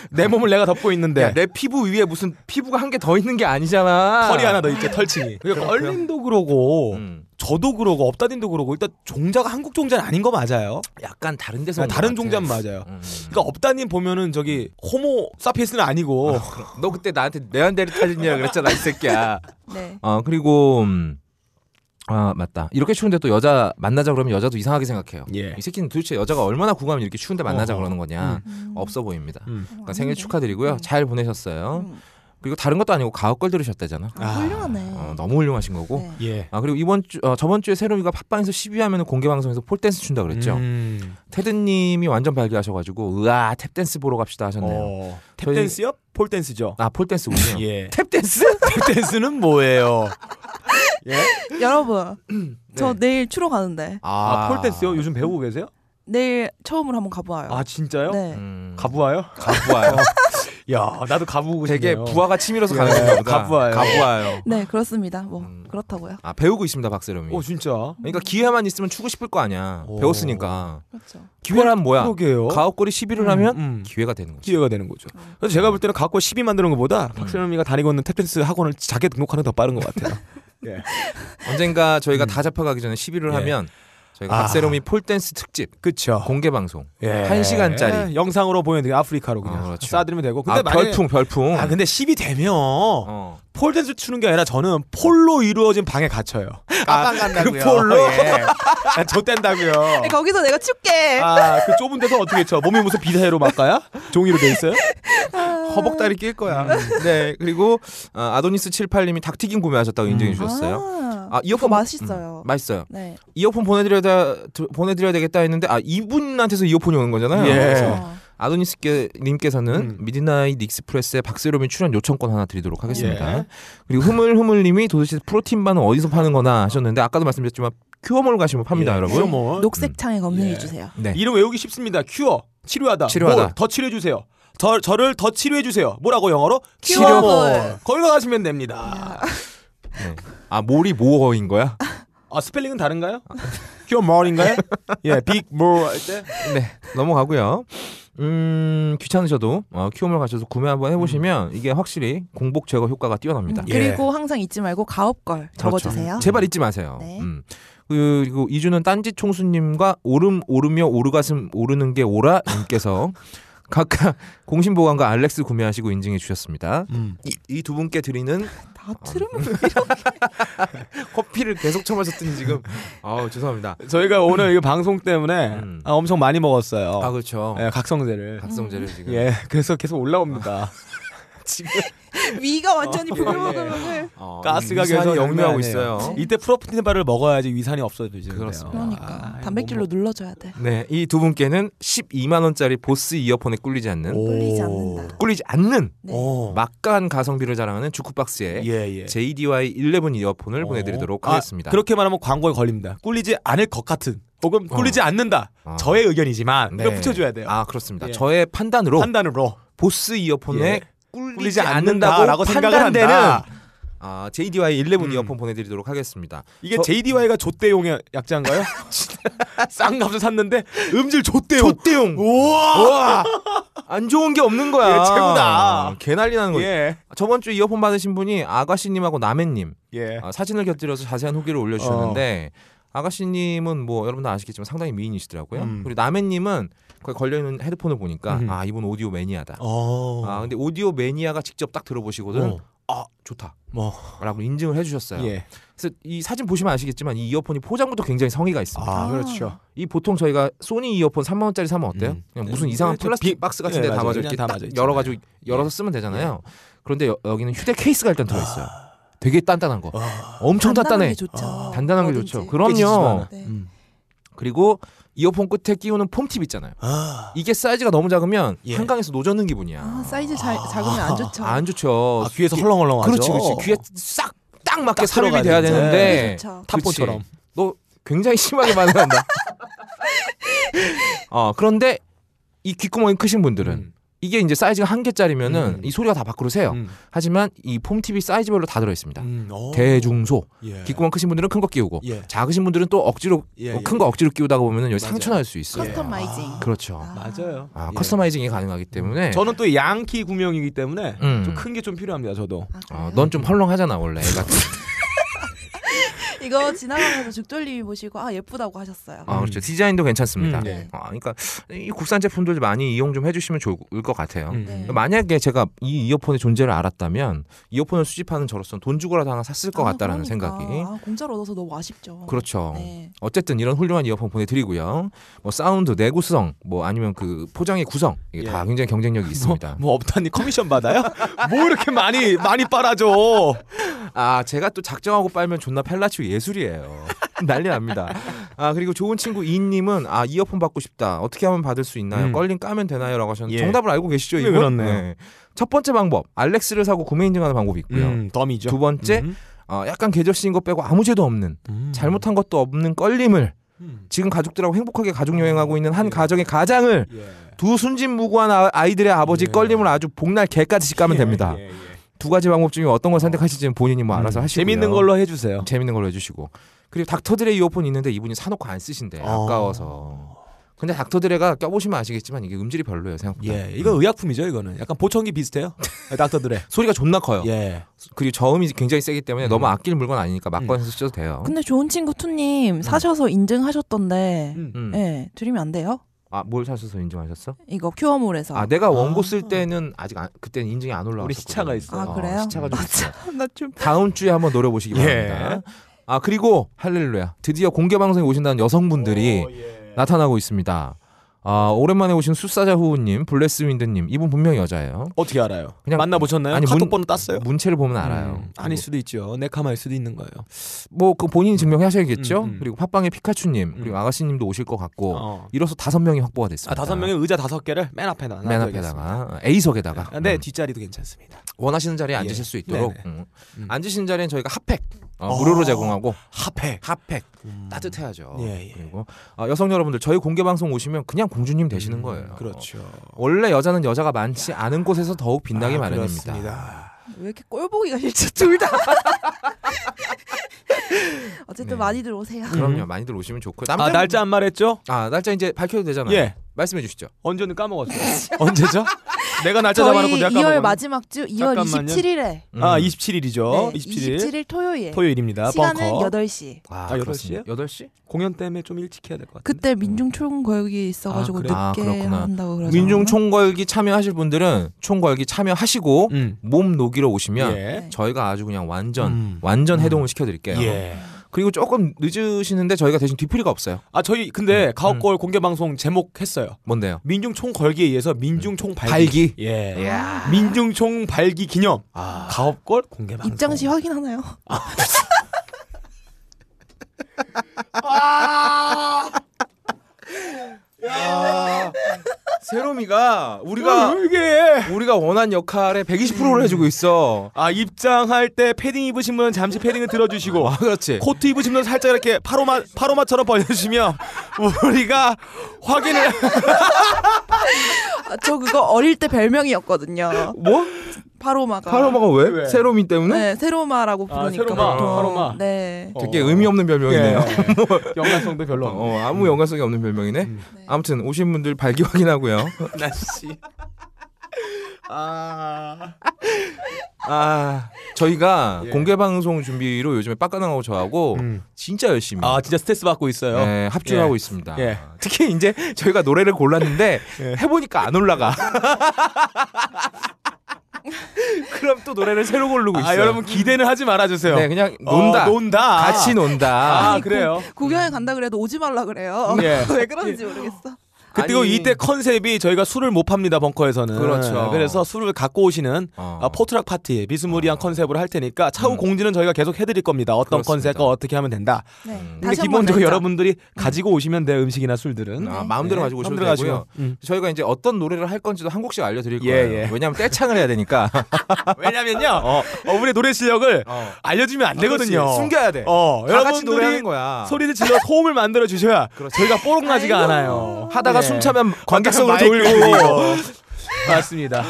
내 몸을 내가 덮고 있는데 야, 내 피부 위에 무슨 피부가 한 개 더 있는 게 아니잖아. 털이 하나 더 있죠 털층이. 그러니까 얼린도 그러고 음. 저도 그러고 업다님도 그러고 일단 종자가 한국 종자는 아닌 거 맞아요. 약간 다른 데서 아, 온것 다른 같아. 종자는 맞아요. 음. 그러니까 업다님 보면은 저기 호모 사피엔스는 음. 아니고 너 그때 나한테 네안데르탈인이라 그랬잖아 이 새끼야. 네. 아 그리고 음, 아 맞다. 이렇게 추운데 또 여자 만나자 그러면 여자도 이상하게 생각해요. 예. 이 새끼는 도대체 여자가 얼마나 구하면 이렇게 추운데 만나자 어허. 그러는 거냐 음. 없어 보입니다. 음. 그러니까 생일 축하드리고요. 음. 잘 보내셨어요. 음. 그리고 다른 것도 아니고 가옥 걸 들으셨다잖아. 아, 훌륭하네. 어, 너무 훌륭하신 거고. 네. 예. 아 그리고 이번 주 어, 저번 주에 새로미가 팟빵에서 10위하면 공개 방송에서 폴댄스 춘다 그랬죠. 음. 테드님이 완전 발기하셔가지고 으아 탭댄스 보러 갑시다 하셨네요. 어, 저희- 탭댄스요? 폴댄스죠. 아 폴댄스군요. 예. 탭댄스? 탭댄스는 뭐예요? 예? 여러분, 저 네. 내일 추러 가는데 아, 폴댄스요? 요즘 배우고 계세요? 내일 처음으로 한번 가봐요. 아, 진짜요? 네. 음, 가부와요? 가부아요. 야, 나도 가부고 싶네요. 되게 부하가 치밀어서 가는 예, 네. 건가 보다. 가부아요. 가부아요. 네, 그렇습니다. 뭐 음. 그렇다고요. 아 배우고 있습니다 박세롬이. 어, 진짜. 그러니까 기회만 있으면 추고 싶을 거 아니야. 오. 배웠으니까. 그렇죠. 기회란 뭐야? 그러게요. 가옥골이 10위를 음, 하면 음. 기회가 되는 거지. 기회가 되는 거죠. 그래서 제가 볼 때는 갖고 10위 만드는 것보다 박세롬이가 다니고 있는 탭댄스 학원을 자기 등록하는 게 더 빠른 것 같아요. 언젠가 저희가 다 잡혀가기 전에 10위를 음. 예. 하면 저희가 아. 박세롬이 폴댄스 특집 그쵸. 공개 방송 예. 한 시간짜리. 예, 영상으로 보여드리고 아프리카로 그냥 아, 그렇죠. 싸드리면 되고. 근데 아 만약에- 별풍 별풍. 아, 근데 10이 되면 어. 폴댄스 추는 게 아니라 저는 폴로 이루어진 방에 갇혀요. 아, 깜빵 그 폴로? 예. 저 뗀다고요. 네, 거기서 내가 춥게. 아, 그 좁은 데서 어떻게 쳐? 몸이 무슨 비사해로 막아야? 종이로 돼 있어요? 아. 허벅다리 낄 거야. 네 그리고 아, 아도니스 78님이 닭튀김 구매하셨다고 인증해 음. 주셨어요. 아, 아 이어폰 그거 맛있어요. 음, 맛있어요. 네. 이어폰 보내드려야 드- 보내드려야 되겠다 했는데 아 이분한테서 이어폰이 오는 거잖아요. 예. 그래서 어. 아도니스님께서는 음. 미드나잇 닉스프레스의 박세롬이 출연 요청권 하나 드리도록 하겠습니다. 예. 그리고 흐물흐물님이 도대체 프로틴바는 어디서 파는 거나 하셨는데 아까도 말씀드렸지만 큐어몰 가시면 팝니다, 예, 여러분. 뭐 음. 녹색 창에 검색해 예. 주세요. 네. 이름 외우기 쉽습니다. 큐어. 치료하다. 치료하다. 뭘 더 치료해 주세요. 저, 저를 더 치료해 주세요. 뭐라고 영어로? 치료. 치료몰. 거기로 가시면 됩니다. 아 몰이 모어인 거야? 아, 스펠링은 다른가요? 큐어몰인가요? 예, 빅몰할 때. 네. 넘어가고요. 음 귀찮으셔도 어, 큐어몰 가셔서 구매 한번 해보시면 이게 확실히 공복 제거 효과가 뛰어납니다. 음, 예. 그리고 항상 잊지 말고 가업걸 적어주세요. 그렇죠. 제발 잊지 마세요. 아. 네. 음. 그리고 이주는 딴지 총수님과 오름 오르며 오르가슴 오르는 게 오라 님께서 각각 공신보관과 알렉스 구매하시고 인증해 주셨습니다. 음. 이 두 분께 드리는 다 트름을 커피를 계속 처마셨더니 지금 아 죄송합니다. 저희가 오늘 이 방송 때문에 음. 아, 엄청 많이 먹었어요. 아 그렇죠. 예, 각성제를. 각성제를 아, 지금 예, 그래서 계속 올라옵니다. 지금 위가 완전히 아, 부글부글부글. 어, 가스가 위산이 계속 역류하고 장난 아니에요. 있어요. 이때 프로틴바를 먹어야지 위산이 없어지는데요. 아, 그렇습니다. 아, 그러니까 단백질로 눌러줘야 돼. 네, 이 두 분께는 12만 원짜리 보스 이어폰에 꿀리지 않는 꿀리지 않는다. 꿀리지 않는 네. 막간 가성비를 자랑하는 주쿠박스의 예, 예. JDY 11 이어폰을 어. 보내드리도록 아, 하겠습니다. 그렇게 말하면 광고에 걸립니다. 꿀리지 않을 것 같은 혹은 꿀리지 않는다. 어. 저의 의견이지만 네. 이거 붙여줘야 돼요. 아 그렇습니다. 예. 저의 판단으로 판단으로 보스 이어폰에 예. 꿀리지 꿀리지 않는다고 않는다라고 생각을 판단되는 한다. 아, JDY 11 음. 이어폰 보내드리도록 하겠습니다. 이게 저- JDY가 조대용의 약자인가요? 싼 값에 샀는데 음질 조대용. 조대용 우와. 우와! 안 좋은 게 없는 거야. 예, 최고다. 어, 개 난리 나는 거지. 예. 저번 주 이어폰 받으신 분이 아가씨님하고 남해님 예. 어. 아, 사진을 곁들여서 자세한 후기를 올려주셨는데 아가씨님은 뭐 여러분들 아시겠지만 상당히 미인이시더라고요. 음. 그리고 남해님은 거기 걸려있는 헤드폰을 보니까 음. 아 이분 오디오 매니아다. 어. 아 근데 오디오 매니아가 직접 딱 들어보시거든. 어. 아 좋다. 뭐. 라고 인증을 해주셨어요. 예. 그래서 이 사진 보시면 아시겠지만 이 이어폰이 포장부터 굉장히 성의가 있습니다. 아, 아. 그렇죠. 이 보통 저희가 소니 이어폰 3만 원짜리 사면 어때요? 음. 그냥 무슨 이상한 그 플라스틱 빅- 박스 같은 예, 데 맞아요. 담아져 그냥 이렇게 딱 담아져 있잖아요. 예. 열어 가지고 열어서 쓰면 되잖아요. 그런데 여, 기는 휴대 케이스가 일단 들어 있어요. 되게 단단한 거. 엄청 단단한 단단해. 게 좋죠. 아, 단단한 게 뭐든지. 좋죠. 깨지지도 그럼요. 않아. 네. 음. 그리고 이어폰 끝에 끼우는 폼팁 있잖아요. 아. 이게 사이즈가 너무 작으면 예. 한강에서 노젓는 기분이야. 아, 사이즈 잘, 작으면 안 좋죠. 안 좋죠. 아, 귀에서 귀- 헐렁헐렁하죠. 어. 그렇지, 그렇지. 귀에 싹 어, 딱 맞게 딱 삽입이 들어가야 돼야 되는데. 되는데 그렇죠. 탑보처럼. 그치. 너 굉장히 심하게 반응한다. 어, 그런데 이 귓구멍이 크신 분들은 음. 이게 이제 사이즈가 한 개짜리면은 음. 이 소리가 다 밖으로 새요. 음. 하지만 이 폼팁이 사이즈별로 다 들어있습니다. 음, 어. 대중소. 예. 귓구멍 크신 분들은 큰 거 끼우고 예. 작으신 분들은 또 억지로 뭐 예, 예. 큰 거 억지로 끼우다가 보면은 여기 맞아요. 상처 날 수 있어요. 커스터마이징. 그렇죠. 아. 맞아요. 아, 예. 커스터마이징이 가능하기 때문에 저는 또 양키 구명이기 때문에 음. 좀 큰 게 좀 필요합니다. 저도. 아, 어, 그래요? 넌좀 헐렁하잖아 원래. 애가. 이거 지나가면서 죽돌님이 보시고 아 예쁘다고 하셨어요. 아, 그렇죠. 디자인도 괜찮습니다. 음, 음. 네. 아, 그러니까 이 국산 제품들 많이 이용 좀 해주시면 좋을 것 같아요. 그러니까 음. 네. 만약에 제가 이 이어폰의 존재를 알았다면 이어폰을 수집하는 저로서는 돈 주고라도 하나 샀을 것 아, 같다라는 그러니까. 생각이. 아, 공짜로 얻어서 너무 아쉽죠. 그렇죠. 네. 어쨌든 이런 훌륭한 이어폰 보내드리고요. 뭐 사운드 내구성, 뭐 아니면 그 포장의 구성 이게 예. 다 굉장히 경쟁력이 있습니다. 뭐 업다니 커미션 받아요? 뭐 이렇게 많이 많이 빨아줘. 아 제가 또 작정하고 빨면 존나 펠라치오 예술이에요. 난리 납니다. 아 그리고 좋은 친구 이님은 아 이어폰 받고 싶다. 어떻게 하면 받을 수 있나요? 음. 껄림 까면 되나요?라고 하셨는데 예. 정답을 알고 계시죠? 네, 이분? 그렇네요. 첫 번째 방법 알렉스를 사고 구매 인증하는 방법이 있고요. 음, 덤이죠. 두 번째 음. 어, 약간 계절씨인 것 빼고 아무 죄도 없는 음. 잘못한 것도 없는 껄림을 음. 지금 가족들하고 행복하게 가족 여행하고 있는 한 가정의 가장을 예. 두 순진무구한 아- 아이들의 아버지 예. 껄림을 아주 복날 개까지 씻가면 됩니다. 예, 예, 예. 두 가지 방법 중에 어떤 걸 선택하실지는 본인이 뭐 알아서 음, 하시고요. 재밌는 걸로 해주세요. 재밌는 걸로 해주시고 그리고 닥터드레 이어폰 있는데 이분이 사놓고 안 쓰신대 어. 아까워서. 근데 닥터드레가 껴보시면 아시겠지만 이게 음질이 별로예요 생각보다. 예, 이거 의약품이죠. 이거는 약간 보청기 비슷해요. 닥터들의. 소리가 존나 커요. 예. 그리고 저음이 굉장히 세기 때문에 너무 아낄 물건 아니니까 음. 막걸리에서 쓰셔도 돼요. 근데 좋은 친구 투님 사셔서 인증하셨던데, 음. 음. 예, 드리면 안 돼요? 아뭘 사셔서 인증하셨어? 이거 큐어몰에서. 아 내가 원고 쓸 때는 아직 안, 그때는 인증이 안 올라왔어. 우리 시차가 있어요. 아, 그래요? 시차가 좀 있어요. 나좀 다음 주에 한번 노려보시기 예. 바랍니다. 아 그리고 할렐루야 드디어 공개 방송에 오신다는 여성분들이 예. 나타나고 있습니다. 아 오랜만에 오신 숫사자 후우님, 블레스윈드님 이분 분명 히 여자예요. 어떻게 알아요? 그냥- 만나보셨나요? 아니, 카톡 문- 번호 땄어요? 문체를 보면 알아요. 음, 네. 아닐 수도 있죠. 네카마일 수도 있는 거예요. 뭐그 본인이 증명하셔야겠죠. 음, 음. 그리고 팟빵의 피카츄님 그리고 음. 아가씨님도 오실 것 같고 어. 이로써 다섯 명이 확보가 됐습니다. 아, 다섯 명의 의자 다섯 개를 맨 앞에다 맨 놔둬야겠습니다. 앞에다가 A석에다가 음, 아, 네, 뒷자리도 괜찮습니다. 원하시는 자리에 앉으실 수 있도록 네네. 음. 음. 앉으시는 자리는 저희가 핫팩 어, 어. 무료로 제공하고 음. 핫팩. 핫팩 음. 따뜻해야죠. 예, 예. 그리고 아, 여성 여러분들 저희 공개 방송 오시면 그냥 공주님 되시는 음, 거예요. 그렇죠. 원래 여자는 여자가 많지 않은 곳에서 더욱 빛나게 아, 마련입니다. 그렇습니다. 왜 이렇게 꼴 보기가 싫죠, 둘 다. 어쨌든 네. 많이들 오세요. 그럼요. 많이들 오시면 좋고요. 음. 아, 남자 날짜 안 말했죠? 아, 날짜 이제 밝혀도 되잖아요. 예. 말씀해 주시죠. 언제는 까먹었어요. 언제죠? 내가 날짜 잡아놓고 저희 내가 2월 까먹었네. 마지막 주 2월 잠깐만요. 27일에 아, 음. 27일이죠. 27일. 27일 토요일. 토요일입니다. 네, 아, 시간은 벙커. 8시. 아, 여덟 그렇습니다. 시요? 여덟 시 공연 때문에 좀 일찍 해야 될 것 같아요. 그때 민중총 거기 있어가지고 아, 그래? 아, 늦게 그렇구나. 한다고 그러죠. 민중 총궐기 참여하실 분들은 총궐기 참여하시고 뭐? 음. 몸 녹이러 오시면 예. 저희가 아주 그냥 완전 음. 완전 해동을 시켜드릴게요. 예. 그리고 조금 늦으시는데 저희가 대신 뒤풀이가 없어요. 아 저희 음. 근데 가옥걸 공개 방송 제목 했어요. 뭔데요? 민중총 걸기에 의해서 민중총 음. 발기. 발기. 예. 민중총 발기 기념 아. 가옥걸 공개 방송. 입장시 확인하나요? 세롬이가 음. 음. 우리가 이게 우리가 원한 역할의 음. 120%를 해주고 있어. 아 입장할 때 패딩 입으신 분은 잠시 패딩을 들어주시고 아 그렇지. 코트 입으신 분은 살짝 이렇게 파로마 파로마처럼 벌려주시면 우리가 확인을 그러니까 아, 저 그거 어릴 때 별명이었거든요. 뭐? 파로마가. 파로마가 왜? 왜? 세롬이 때문에? 네, 세로마라고 아, 부르니까 세로마, 보통. 파로마. 예. 뭐. 네. 되게 의미 없는 별명이네요. 연관성도 별로 없네. 어, 아무 연관성이 없는 별명이네. 음. 아무튼 오신 분들 발기 확인하고요. 날씨. 아. 아 저희가 예. 음. 공개 방송 준비로 요즘에 빡가능하고 저하고 진짜 열심히 아 진짜 스트레스 받고 있어요. 네, 합주하고 예. 있습니다. 예. 특히 이제 저희가 노래를 골랐는데 해보니까 안 올라가. 그럼 또 노래를 새로 고르고 있어요. 아 여러분 기대는 하지 말아주세요. 네, 그냥 논다. 어, 논다. 같이 논다. 아 그래요. 구경에 간다 그래도 오지 말라 그래요. 예. 왜 그런지 모르겠어. 그리고 아니, 이때 컨셉이 저희가 술을 못 팝니다 벙커에서는. 네, 그렇죠. 그래서 술을 갖고 오시는 어. 아, 포트락 파티 미스무리한 컨셉으로 할 테니까 차후 음. 공지는 저희가 계속 해드릴 겁니다. 어떤 그렇습니다. 컨셉과 어떻게 하면 된다. 네. 근데 다시 한번 음. 기본적으로 말해줘. 여러분들이 가지고 오시면 돼요 음식이나 술들은. 네, 아, 마음대로 가지고 오셔도 마음대로 가지고. 되고요. 음. 저희가 이제 어떤 노래를 할 건지도 한 곡씩 알려드릴 예, 거예요. 예. 왜냐하면 떼창을 해야 되니까. 왜냐면요 어, 우리 노래 실력을 어. 알려주면 안 되거든요. 그렇지. 숨겨야 돼. 어, 다 같이 노래하는 여러분들이 거야. 소리를 질러 소음을 만들어 주셔야 저희가 뽀록나지가 않아요. 하다가 예. 숨차면 관객석으로 마이크 돌고. 맞습니다.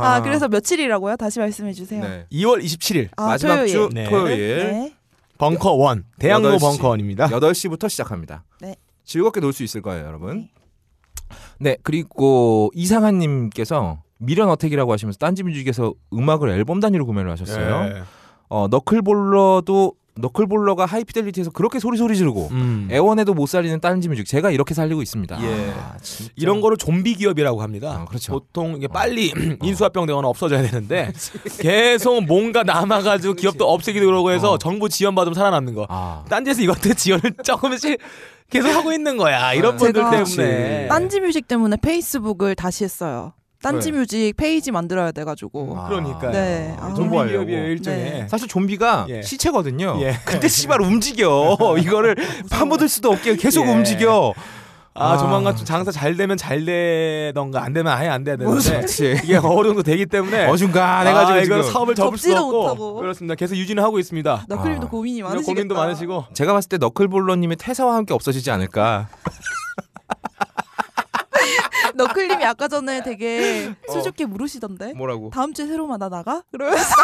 아, 그래서 며칠이라고요? 다시 말씀해 주세요. 네. 2월 27일 아, 마지막 토요일. 주 네. 토요일 네. 벙커 원 대학로 여덟 시. 벙커 원입니다. 8시부터 시작합니다. 네. 즐겁게 놀 수 있을 거예요, 여러분. 네, 그리고 이상한 님께서 미련 어택이라고 하시면서 딴지 뮤직에서 음악을 앨범 단위로 구매를 하셨어요. 네. 어, 너클볼러도 너클볼러가 하이피델리티에서 그렇게 소리소리 지르고 음. 애원에도 못 살리는 딴지 뮤직 제가 이렇게 살리고 있습니다. 예. 아, 진짜. 이런 거를 좀비 기업이라고 합니다. 아, 그렇죠. 어. 보통 이게 빨리 인수합병 되거나 없어져야 되는데 계속 뭔가 남아가지고 기업도 없애기도 그러고 해서 어. 정부 지원 받으면 살아나는 거. 아. 딴 데서 이것들 지원을 조금씩 계속 하고 있는 거야. 아, 이런 분들 제가 때문에. 딴지 뮤직 때문에 페이스북을 다시 했어요. 딴지 네. 뮤직 페이지 만들어야 음, 돼가지고. 그러니까요. 네. 아. 좀비 정보 알려고. 기업이에요 일종의. 네. 사실 좀비가 예. 시체거든요. 예. 근데 씨발 움직여. 이거를 파묻을 수도 없게 계속 예. 움직여. 아, 아. 조만간 좀 장사 잘 되면 잘 되던가 안 되면 아예 안 돼야 되는데 그렇지. 예. 이게 어느 정도 되기 때문에 어중간해가지고 네. 예. 아, 이건 지금 사업을 접을 수 접지도 없고 못하고. 그렇습니다. 계속 유지는 하고 있습니다. 너클님도 아. 고민이 이런 많으시겠다. 네, 고민도 많으시고 제가 봤을 때 너클볼러님의 퇴사와 함께 없어지지 않을까. 너클님이 아까 전에 되게 어. 수줍게 물으시던데. 뭐라고? 다음 주에 새로마 나 나가? 그러면서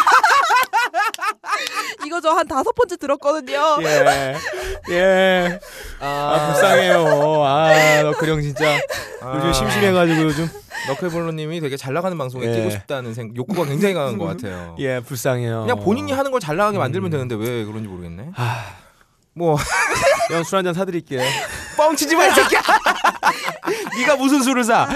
이거 저 한 다섯 번째 들었거든요. 예. 예. 아, 불쌍해요. 아, 너 그령 진짜 요즘 심심해가지고 요즘. 아. 너클볼러님이 되게 잘 나가는 방송에 예. 뛰고 싶다는 생, 욕구가 굉장히 강한 것 같아요. 예, 어. 음. 불쌍해요. 그냥 본인이 하는 걸 잘 나가게 만들면 되는데 왜 그런지 모르겠네. 뭐 형술 한잔 사드릴게요. 뻥치지 마, 이 새끼야. 네가 무슨 술을 사?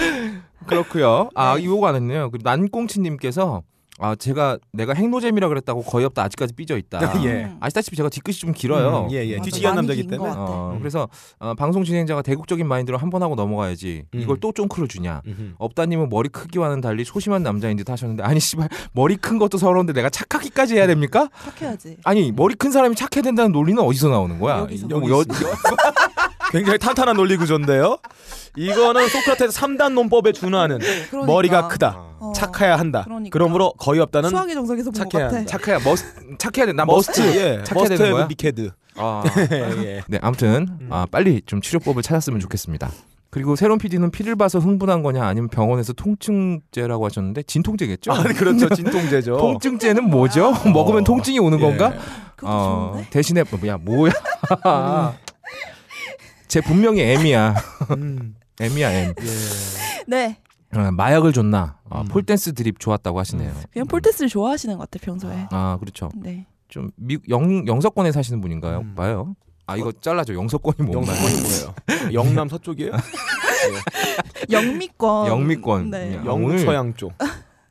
그렇고요. 아, 이거 안 했네요. 그리고 난꽁치님께서 아, 제가 내가 행노잼이라 그랬다고 거의 없다 아직까지 삐져 있다. 예. 아시다시피 제가 뒤끝이 좀 길어요. 음, 예, 예. 네. 맞아, 뒤치기 한 많이 남자기 긴 때문에. 것 같아. 어, 그래서 어, 방송 진행자가 대국적인 마인드로 한 번 하고 넘어가야지 이걸 음. 또 쫑크를 주냐. 음흠. 업다님은 머리 크기와는 달리 소심한 남자인 듯 하셨는데 아니 씨발 머리 큰 것도 서러운데 내가 착하기까지 해야 됩니까? 착해야지. 아니 머리 큰 사람이 착해야 된다는 논리는 어디서 나오는 거야? 여기서. 뭐 여- 굉장히 탄탄한 논리 구조인데요. 이거는 소크라테스 3단 논법에 준하는 그러니까. 머리가 크다. 어. 착해야 한다. 그러니까. 그러므로 거의 없다는 수학의 정석에서 본 것 착해야 같아. 한다. 착해야 머스, 착해야 된다. 머스트. 예. 착해야 머스트 되는 헤브 거야? 미케드. 아. 예. 네 아무튼 아, 빨리 좀 치료법을 찾았으면 좋겠습니다. 그리고 새로운 PD는 피를 봐서 흥분한 거냐 아니면 병원에서 통증제라고 하셨는데 진통제겠죠? 아, 그렇죠. 진통제죠. 통증제는 뭐죠? 먹으면 통증이 오는 예. 건가? 그것도 좋은데. 대신에 뭐야 뭐야? 쟤 분명히 M이야. 음. M이야 M. 예. 네. 어, 마약을 줬나? 어, 음. 폴댄스 드립 좋았다고 하시네요. 그냥 폴테스를 좋아하시는 것 같아 평소에. 아 그렇죠. 네. 좀 미, 영 영서권에 사시는 분인가요? 음. 봐요. 아 이거 잘라줘. 영서권이 뭔가? 영남권이 뭐예요? 영남 서쪽이에요? 아, 영미권. 영미권. 네. 야, 오늘 영서양 쪽.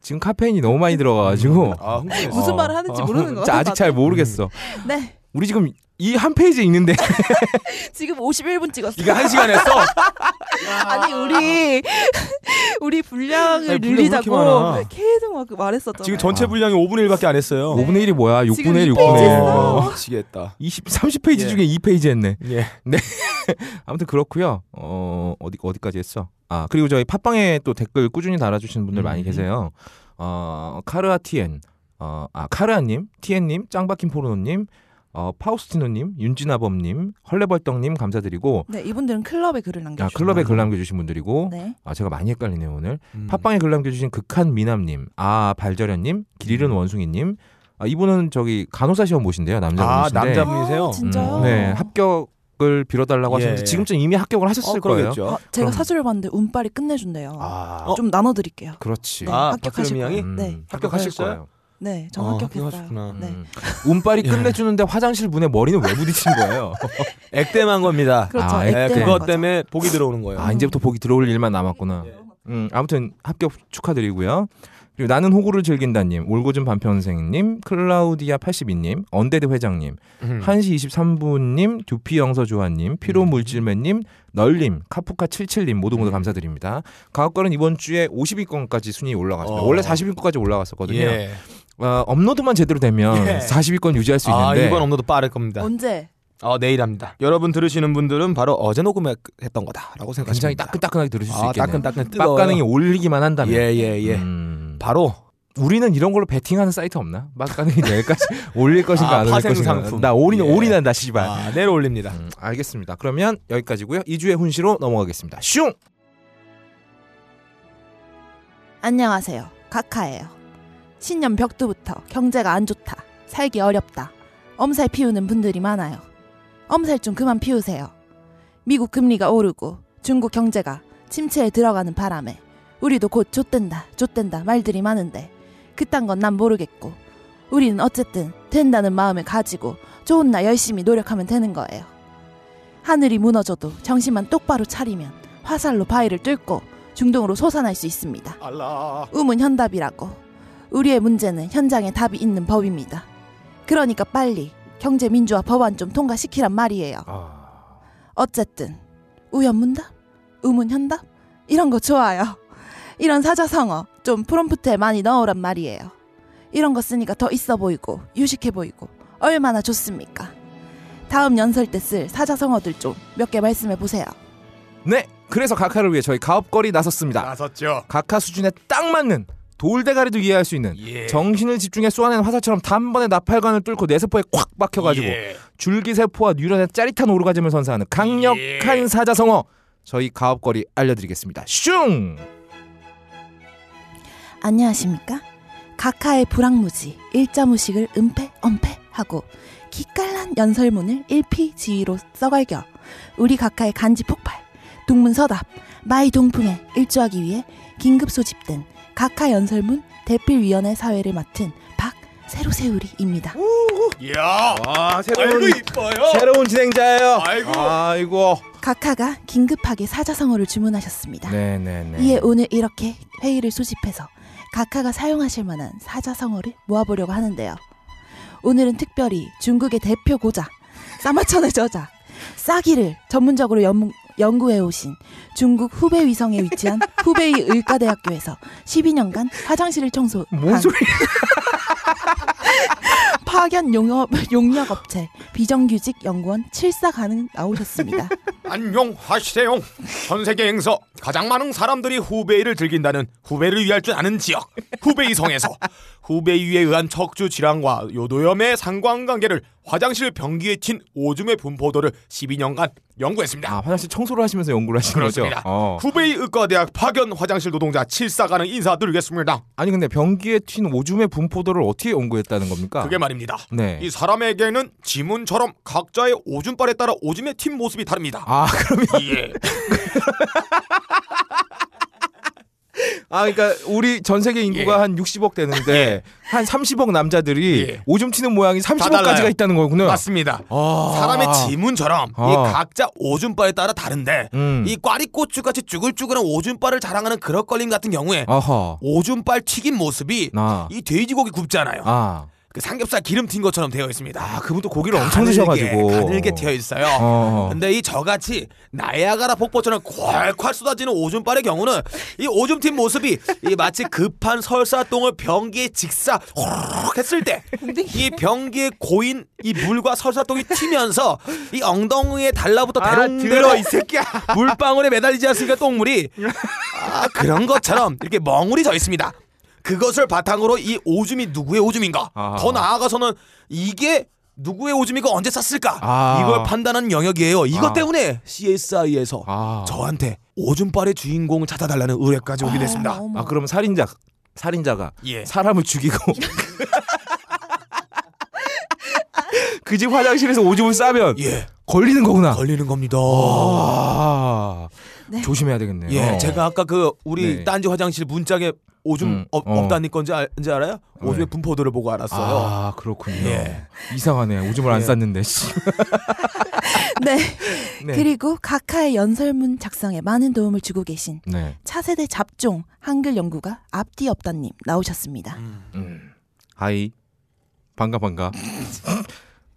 지금 카페인이 너무 많이 들어가가지고 아, 흥분했어. 무슨 어. 말을 하는지 어, 모르는 것 진짜 같아, 아직 잘 모르겠어. 네. 우리 지금 이 한 페이지 읽는데 지금 51분 찍었어. 이거 한 시간 했어. 아니 우리 우리 분량을 아니, 분량 왜 이렇게 많아? 늘리자고 계속 막 말했었잖아. 지금 전체 분량이 5분의 1밖에 안 했어요. 네. 5분의 1이 뭐야? 지금 6분의 1, 6분의 이 1. 페이지 네. 어. 했어. 미치겠다. 20, 30페이지 예. 중에 2페이지 했네. 예. 아무튼 그렇고요. 어, 어디 어디까지 했어? 아, 그리고 저희 팟빵에 또 댓글 꾸준히 달아 주시는 분들 많이 계세요. 어, 카르아 티엔. 어, 아, 카르아 님, 티엔 님, 짱박힌 포르노 님, 어, 파우스티노 님, 윤진아범 님, 헐레벌떡 님 감사드리고 네 이분들은 클럽에 글을 남겨. 아, 클럽에 글 남겨 주신 분들이고 네. 아, 제가 많이 헷갈리네요, 오늘. 음. 팟빵에 글 남겨 주신 극한 미남 님, 아, 발절현 님, 길 잃은 원숭이 님. 아, 이분은 저기 간호사 시험 보신대요. 아 남자분이신데. 남자분이세요? 아, 진짜요? 음. 네, 합격을 빌어달라고 예, 하셨는데 예. 지금쯤 이미 합격을 하셨을 어, 거예요. 그러겠죠. 어, 제가 그럼. 사주를 봤는데 운빨이 끝내준대요. 아, 어? 좀 나눠드릴게요. 그렇지. 음, 네, 아, 합격하실 박세롬이 거예요. 양이? 네, 합격하실 합격하셨어요? 거예요. 네, 저 어, 합격했어요. 합격하셨구나. 네, 음. 운빨이 끝내주는데 화장실 문에 머리는 왜 부딪힌 거예요? 액땜한 겁니다. 그렇죠. 아, 액 예, 네, 땜 그것 때문에 복이 들어오는 거예요. 아 이제부터 보기 들어올 일만 남았구나. 음, 아무튼 합격 축하드리고요. 그리고 나는 호구를 즐긴다님, 올고준 반편생님, 클라우디아 82님, 언데드 회장님, 음. 1시 23분님, 두피 영서조아님, 음. 피로물질맨님, 널님, 카푸카77님 모두 모두 감사드립니다. 가옥걸은 이번 주에 50위권까지 순위 올라갔습니다. 어. 원래 40위권까지 올라갔었거든요. 예. 어, 업로드만 제대로 되면 예. 40위권 유지할 수 아, 있는데 이번 업로드 빠를 겁니다. 언제? 어, 내일 합니다. 여러분 들으시는 분들은 바로 어제 녹음했던 거다라고 굉장히 생각하십니다. 따끈따끈하게 들으실 수 아, 있겠네요. 따끈따끈 뜨거워요. 빡가능이 올리기만 한다면. 예예 예. 음, 바로 우리는 이런 걸로 베팅하는 사이트 없나? 빡가능이 내일까지 올릴 것인가 아, 안 올릴 파생 것인가. 상품. 나 올인 예. 올인한다 씨발. 아, 내일 올립니다. 음, 알겠습니다. 그러면 여기까지고요. 2주의 훈시로 넘어가겠습니다. 슝. 안녕하세요. 카카예요. 신년 벽두부터 경제가 안 좋다. 살기 어렵다. 엄살 피우는 분들이 많아요. 엄살 좀 그만 피우세요. 미국 금리가 오르고 중국 경제가 침체에 들어가는 바람에 우리도 곧 좆된다, 좆된다 말들이 많은데 그딴 건 난 모르겠고 우리는 어쨌든 된다는 마음을 가지고 좋은 날 열심히 노력하면 되는 거예요. 하늘이 무너져도 정신만 똑바로 차리면 화살로 바위를 뚫고 중동으로 솟아날 수 있습니다. 음은 현답이라고. 우리의 문제는 현장에 답이 있는 법입니다. 그러니까 빨리 경제 민주화 법안 좀 통과시키란 말이에요. 어쨌든 우연문답, 우문현답 이런 거 좋아요. 이런 사자성어 좀 프롬프트에 많이 넣으란 말이에요. 이런 거 쓰니까 더 있어 보이고 유식해 보이고 얼마나 좋습니까? 다음 연설 때 쓸 사자성어들 좀 몇 개 말씀해 보세요. 네. 그래서 각하를 위해 저희 가업거리 나섰습니다. 나섰죠. 각하 수준에 딱 맞는 돌대가리도 이해할 수 있는 정신을 집중해 쏘아낸 화살처럼 단번에 나팔관을 뚫고 뇌세포에 꽉 박혀가지고 줄기세포와 뉴런의 짜릿한 오르가즘을 선사하는 강력한 사자성어 저희 가업거리 알려드리겠습니다. 슝! 안녕하십니까? 각하의 불황무지, 일자무식을 은폐, 엄폐하고 기깔난 연설문을 일피지휘로 써갈겨 우리 각하의 간지 폭발, 동문서답, 마이 동풍에 일조하기 위해 긴급 소집된 각하 연설문 대필위원회 사회를 맡은 박세로세우리입니다. 이야. 와, 새로운 이뻐요. 아, 새로운 진행자예요. 아이고. 아이고. 각하가 긴급하게 사자성어를 주문하셨습니다. 네네네. 이에 오늘 이렇게 회의를 소집해서 각하가 사용하실 만한 사자성어를 모아보려고 하는데요. 오늘은 특별히 중국의 대표 고작 사마천의 저작 싸기를 전문적으로 연, 연구해 오신 중국 후베이 위성에 위치한 후베이 의과대학교에서 12년간 화장실을 청소한 뭔 소리? 파견 용역, 용역 업체 비정규직 연구원 7사 가능 나오셨습니다. 안녕하세요. 전 세계 행서 가장 많은 사람들이 후베이를 즐긴다는 후베이를 위할 줄 아는 지역 후베이 성에서 후베이에 의한 척추 질환과 요도염의 상관관계를 화장실 변기에 튄 오줌의 분포도를 12년간 연구했습니다. 아, 화장실 청소를 하시면서 연구를 하시는 거죠? 그렇습니다. 어. 후베이 의과대학 파견 화장실 노동자 칠사가는 인사드리겠습니다. 아니 근데 변기에 튄 오줌의 분포도를 어떻게 연구했다는 겁니까? 그게 말입니다. 아. 네. 이 사람에게는 지문처럼 각자의 오줌발에 따라 오줌의 튄 모습이 다릅니다. 아 그러면 예. 아 그러니까 우리 전 세계 인구가 한 60억 되는데 한 30억 남자들이 예. 오줌 튀는 모양이 달라요. 30억까지가 있다는 거군요. 맞습니다. 네. 아. 사람의 지문처럼 이 아. 각자 오줌발에 따라 다른데 음. 이 꽈리고추같이 쭈글쭈글한 오줌발을 자랑하는 그럭걸림 같은 경우에 어허. 오줌발 튀긴 모습이 아. 이 돼지고기 굽잖아요. 아. 그 삼겹살 기름 튄 것처럼 되어 있습니다. 아 그분도 고기를 엄청 드셔가지고 가늘게 튀어 있어요. 어. 근데 이 저같이 나야가라 폭포처럼 콸콸 쏟아지는 오줌발의 경우는 이 오줌팀 모습이 이 마치 급한 설사똥을 변기에 직사 호르륵 했을 때 이 변기에 고인 이 물과 설사똥이 튀면서 이 엉덩이에 달라붙어 아, 대롱대롱 들어, 이 새끼야 물방울에 매달리지 않습니까 똥물이 아 그런 것처럼 이렇게 멍울이 져 있습니다. 그것을 바탕으로 이 오줌이 누구의 오줌인가? 아하. 더 나아가서는 이게 누구의 오줌이고 언제 쌌을까? 아. 이걸 판단하는 영역이에요. 이것 아. 때문에 CSI에서 아. 저한테 오줌빨의 주인공을 찾아달라는 의뢰까지 오게 됐습니다. 아 그럼 살인자 살인자가 예. 사람을 죽이고 그 집 화장실에서 오줌을 싸면 예. 걸리는 거구나. 걸리는 겁니다. 아, 네. 조심해야 되겠네요. 예. 제가 아까 그 우리 어. 네. 딴지 화장실 문짝에 오줌 음, 없- 어. 없다니 건지 알, 이제 알아요? 오줌의 네. 분포도를 보고 알았어요. 아 그렇군요. 예. 이상하네. 오줌을 안 예. 쌌는데. 씨. 네. 네. 그리고 각하의 연설문 작성에 많은 도움을 주고 계신 네. 차세대 잡종 한글 연구가 앞뒤 없다님 나오셨습니다. 음. 하이. 반가 반가.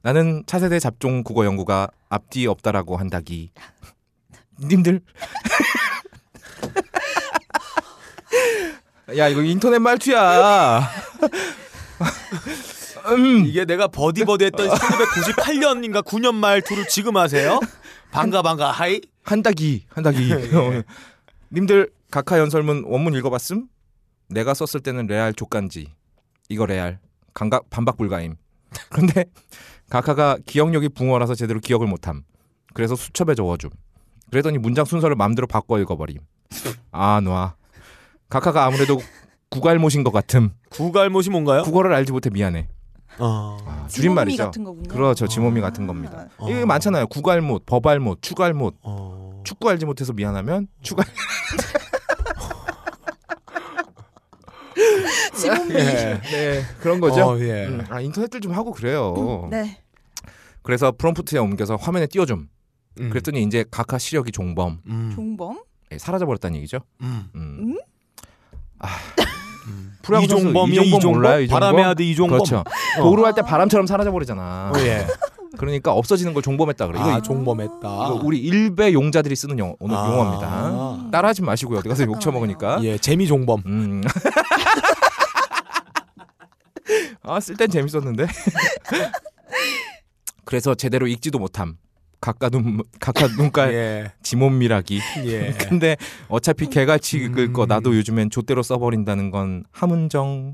나는 차세대 잡종 국어 연구가 앞뒤 없다라고 한다기. 님들. 야 이거 인터넷 말투야. 음. 이게 내가 버디버디 했던 1998년인가 9년 말투를 지금 하세요? 반가 반가 하이 한다기 한다기 님들 각하 연설문 원문 읽어봤음? 내가 썼을 때는 레알 족간지 이거 레알 감각 반박 불가임 그런데 각하가 기억력이 붕어라서 제대로 기억을 못함 그래서 수첩에 적어줌 그랬더니 문장 순서를 마음대로 바꿔 읽어버림 아놔 각하가 아무래도 구갈못인 것 같음 구갈못이 뭔가요? 국어를 알지 못해 미안해 어. 아, 지모미 줄임말이죠 같은 거군요. 그렇죠 지모미 같은 겁니다 어. 이게 많잖아요 구갈못 버발못 추갈못 어. 축구 알지 못해서 미안하면 추가 지모미. 네, 그런 거죠. 예. 어, 예. 음, 아 인터넷들 좀 하고 그래요. 네. 그래서 프롬프트에 옮겨서 화면에 띄워줌. 음. 그랬더니 이제 각하 시력이 종범 음. 종범. 예, 사라져버렸다는 얘기죠. 음. 음. 음. 프로야구 선수 이종범이요, 이종범 몰라요, 이종범? 바람의 아들 이종범. 그렇죠. 어. 도루 할 때 바람처럼 사라져버리잖아. 어, 예. 그러니까 없어지는 걸 종범했다 그래. 이거, 아, 종범했다. 이거 우리 일베 용자들이 쓰는 용, 오늘 아. 용어입니다. 따라하지 마시고요. 어디 가서 욕 처먹으니까. 예, 재미 종범. 음. 아, 쓸 땐 재밌었는데. 그래서 제대로 읽지도 못함. 각가 눈, 각가 눈깔 예. 지몬미라기. 예. 근데 어차피 개같이 읽을 거 음. 나도 요즘엔 좆대로 써버린다는 건 함은정.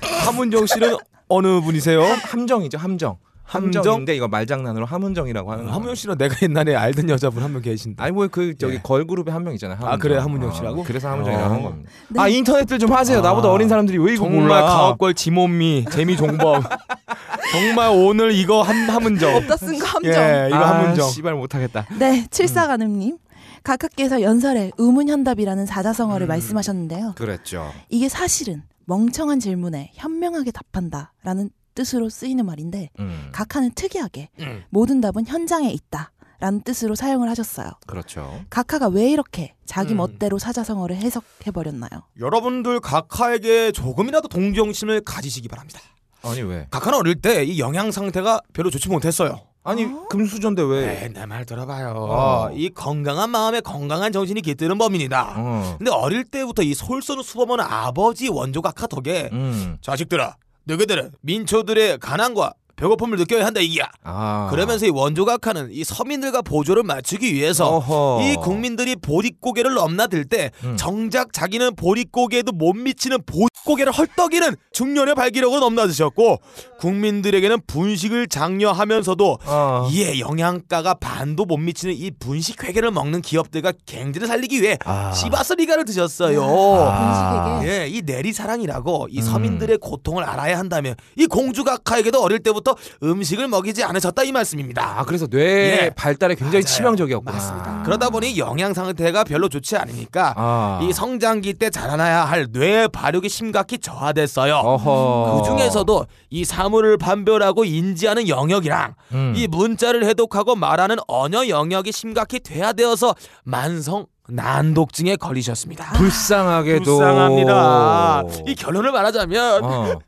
함은정 씨는 어느 분이세요? 함정이죠, 함정. 함정? 함정인데 이거 말장난으로 함은정이라고 하는 거. 함은정 씨는 내가 옛날에 알던 여자분 한 명 계신데. 아니 뭐 그 저기 예. 걸그룹에 한 명 있잖아요. 함은정. 그래요? 함은정 씨라고? 아, 그래서 함은정이라고 어. 한 겁니다. 네. 아 인터넷들 좀 하세요. 아. 나보다 어린 사람들이 왜 이거 정말 몰라? 가옥걸 지몬미, 재미 종범. 정말 오늘 이거 한 함은정. 없다 쓴거 함정. 예, 이거 함은정. 아, 씨발 못하겠다. 네, 칠사가늠님. 각하께서 연설에 의문현답이라는 음. 사자성어를 말씀하셨는데요. 그랬죠. 이게 사실은 멍청한 질문에 현명하게 답한다라는 뜻으로 쓰이는 말인데 음, 각하는 특이하게 음. 모든 답은 현장에 있다라는 뜻으로 사용을 하셨어요. 그렇죠. 각하가 왜 이렇게 자기 음. 멋대로 사자성어를 해석해 버렸나요? 여러분들 각하에게 조금이라도 동정심을 가지시기 바랍니다. 아니 왜? 각하는 어릴 때 이 영양 상태가 별로 좋지 못했어요. 아니 금수저인데 왜? 네, 내말 들어봐요. 어. 이 건강한 마음에 건강한 정신이 깃드는 법입니다. 어. 근데 어릴 때부터 이 솔선우 수범은 아버지 원조 각하 덕에 음. 자식들아, 너희들은 민초들의 가난과 배고픔을 느껴야 한다 이기야. 아. 그러면서 이 원조 각하는 이 서민들과 보조를 맞추기 위해서 어허. 이 국민들이 보릿고개를 넘나들 때 음. 정작 자기는 보릿고개에도 못 미치는 보릿고개를 헐떡이는 중년의 발기력을 넘나드셨고 국민들에게는 분식을 장려하면서도 어. 이에 영양가가 반도 못 미치는 이 분식 회계를 먹는 기업들과 갱제를 살리기 위해 아. 시바스리가를 드셨어요. 아, 아. 예, 이 내리 사랑이라고 이 음. 서민들의 고통을 알아야 한다면 이 공주 각하에게도 어릴 때부터 음식을 먹이지 않으셨다 이 말씀입니다. 아 그래서 뇌 예. 발달에 굉장히 맞아요. 치명적이었구나. 맞습니다. 그러다 보니 영양 상태가 별로 좋지 않으니까 아. 이 성장기 때 자라나야 할 뇌의 발육이 심각히 저하됐어요. 어허. 그 중에서도 이 사물을 판별하고 인지하는 영역이랑 음. 이 문자를 해독하고 말하는 언어 영역이 심각히 퇴화되어서 만성 난독증에 걸리셨습니다. 불쌍하게도 불쌍합니다. 이 결론을 말하자면 어.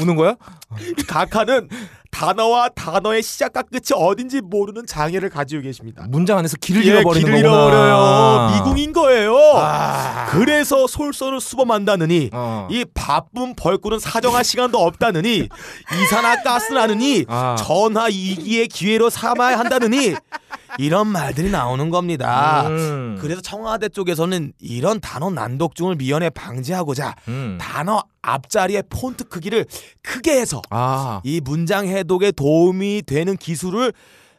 우는 거야? 가카는 단어와 단어의 시작과 끝이 어딘지 모르는 장애를 가지고 계십니다. 문장 안에서 길을 예, 잃어버리는 길을 거구나. 아. 잃어버려요. 미궁인 거예요. 그래서 솔선을 수범한다느니 어. 이 바쁜 벌꿀은 사정할 시간도 없다느니 이산화가스라느니 아. 전화 이기의 기회로 삼아야 한다느니 이런 말들이 나오는 겁니다. 음. 그래서 청와대 쪽에서는 이런 단어 난독증을 미연에 방지하고자 음. 단어 앞자리의 폰트 크기를 크게 해서 아. 이 문장 해독에 도움이 되는 기술을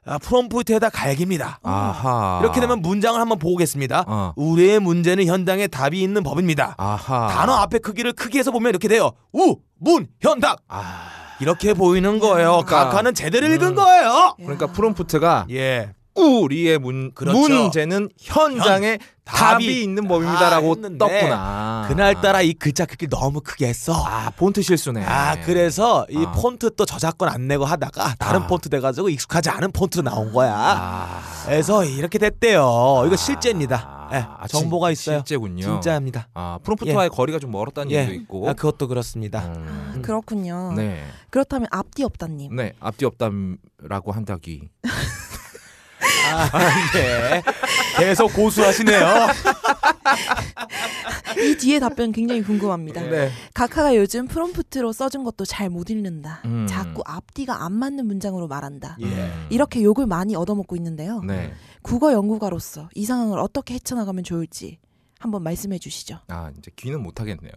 아, 프롬프트에다 갈깁니다. 아하. 이렇게 되면 문장을 한번 보겠습니다. 어. 우리의 문제는 현장에 답이 있는 법입니다. 아하. 단어 앞에 크기를 크게 해서 보면 이렇게 돼요. 우, 문, 현답. 아. 음. 이렇게 보이는 거예요. 각하는 제대로 읽은 거예요. 그러니까 프롬프트가 예. 우리의 문 그렇죠. 문제는 현장에 답이, 답이 있는 있다 법입니다라고 했는데 떴구나. 그날따라 이 글자 크기를 너무 크게 했어. 아 폰트 실수네. 아 그래서 이 아. 폰트 또 저작권 안 내고 하다가 다른 아. 폰트 돼가지고 익숙하지 않은 폰트로 나온 거야. 아. 그래서 이렇게 됐대요. 이거 실제입니다. 아, 예, 정보가 진- 있어요. 실제군요. 진짜입니다. 아 프롬프트와의 거리가 좀 멀었다는 예. 얘기도 있고. 아, 그것도 그렇습니다. 음. 아, 그렇군요. 네. 그렇다면 앞뒤 없다님. 네. 앞뒤 없담라고 한다기. 네. 아, 예. 계속 고수하시네요. 이 뒤에 답변 굉장히 궁금합니다. 네. 각하가 요즘 프롬프트로 써준 것도 잘 못 읽는다. 음. 자꾸 앞뒤가 안 맞는 문장으로 예. 말한다. 음. 이렇게 욕을 많이 얻어먹고 있는데요. 네. 국어 연구가로서 이 상황을 어떻게 헤쳐나가면 좋을지 한번 말씀해 주시죠. 아 이제 귀는 못 하겠네요.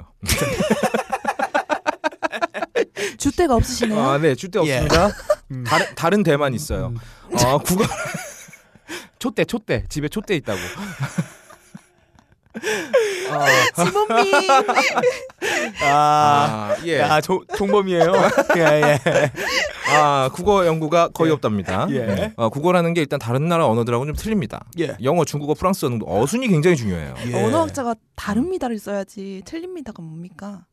주대가 없으시네요. 음. 아, 네, 줄데 예. 없습니다. 다른 다른 대만 있어요. 어, 국어 촛대 촛대 집에 촛대 있다고. 네. 지범님 아, 아, 예. 야, 조, 종범이에요. 예, 예. 아, 국어 연구가 거의 없답니다. 예. 어, 국어라는 게 일단 다른 나라 언어들하고 좀 틀립니다. 예. 영어, 중국어, 프랑스어 등 어순이 굉장히 중요해요. 예. 언어학자가 다릅니다를 써야지 틀립니다가 뭡니까?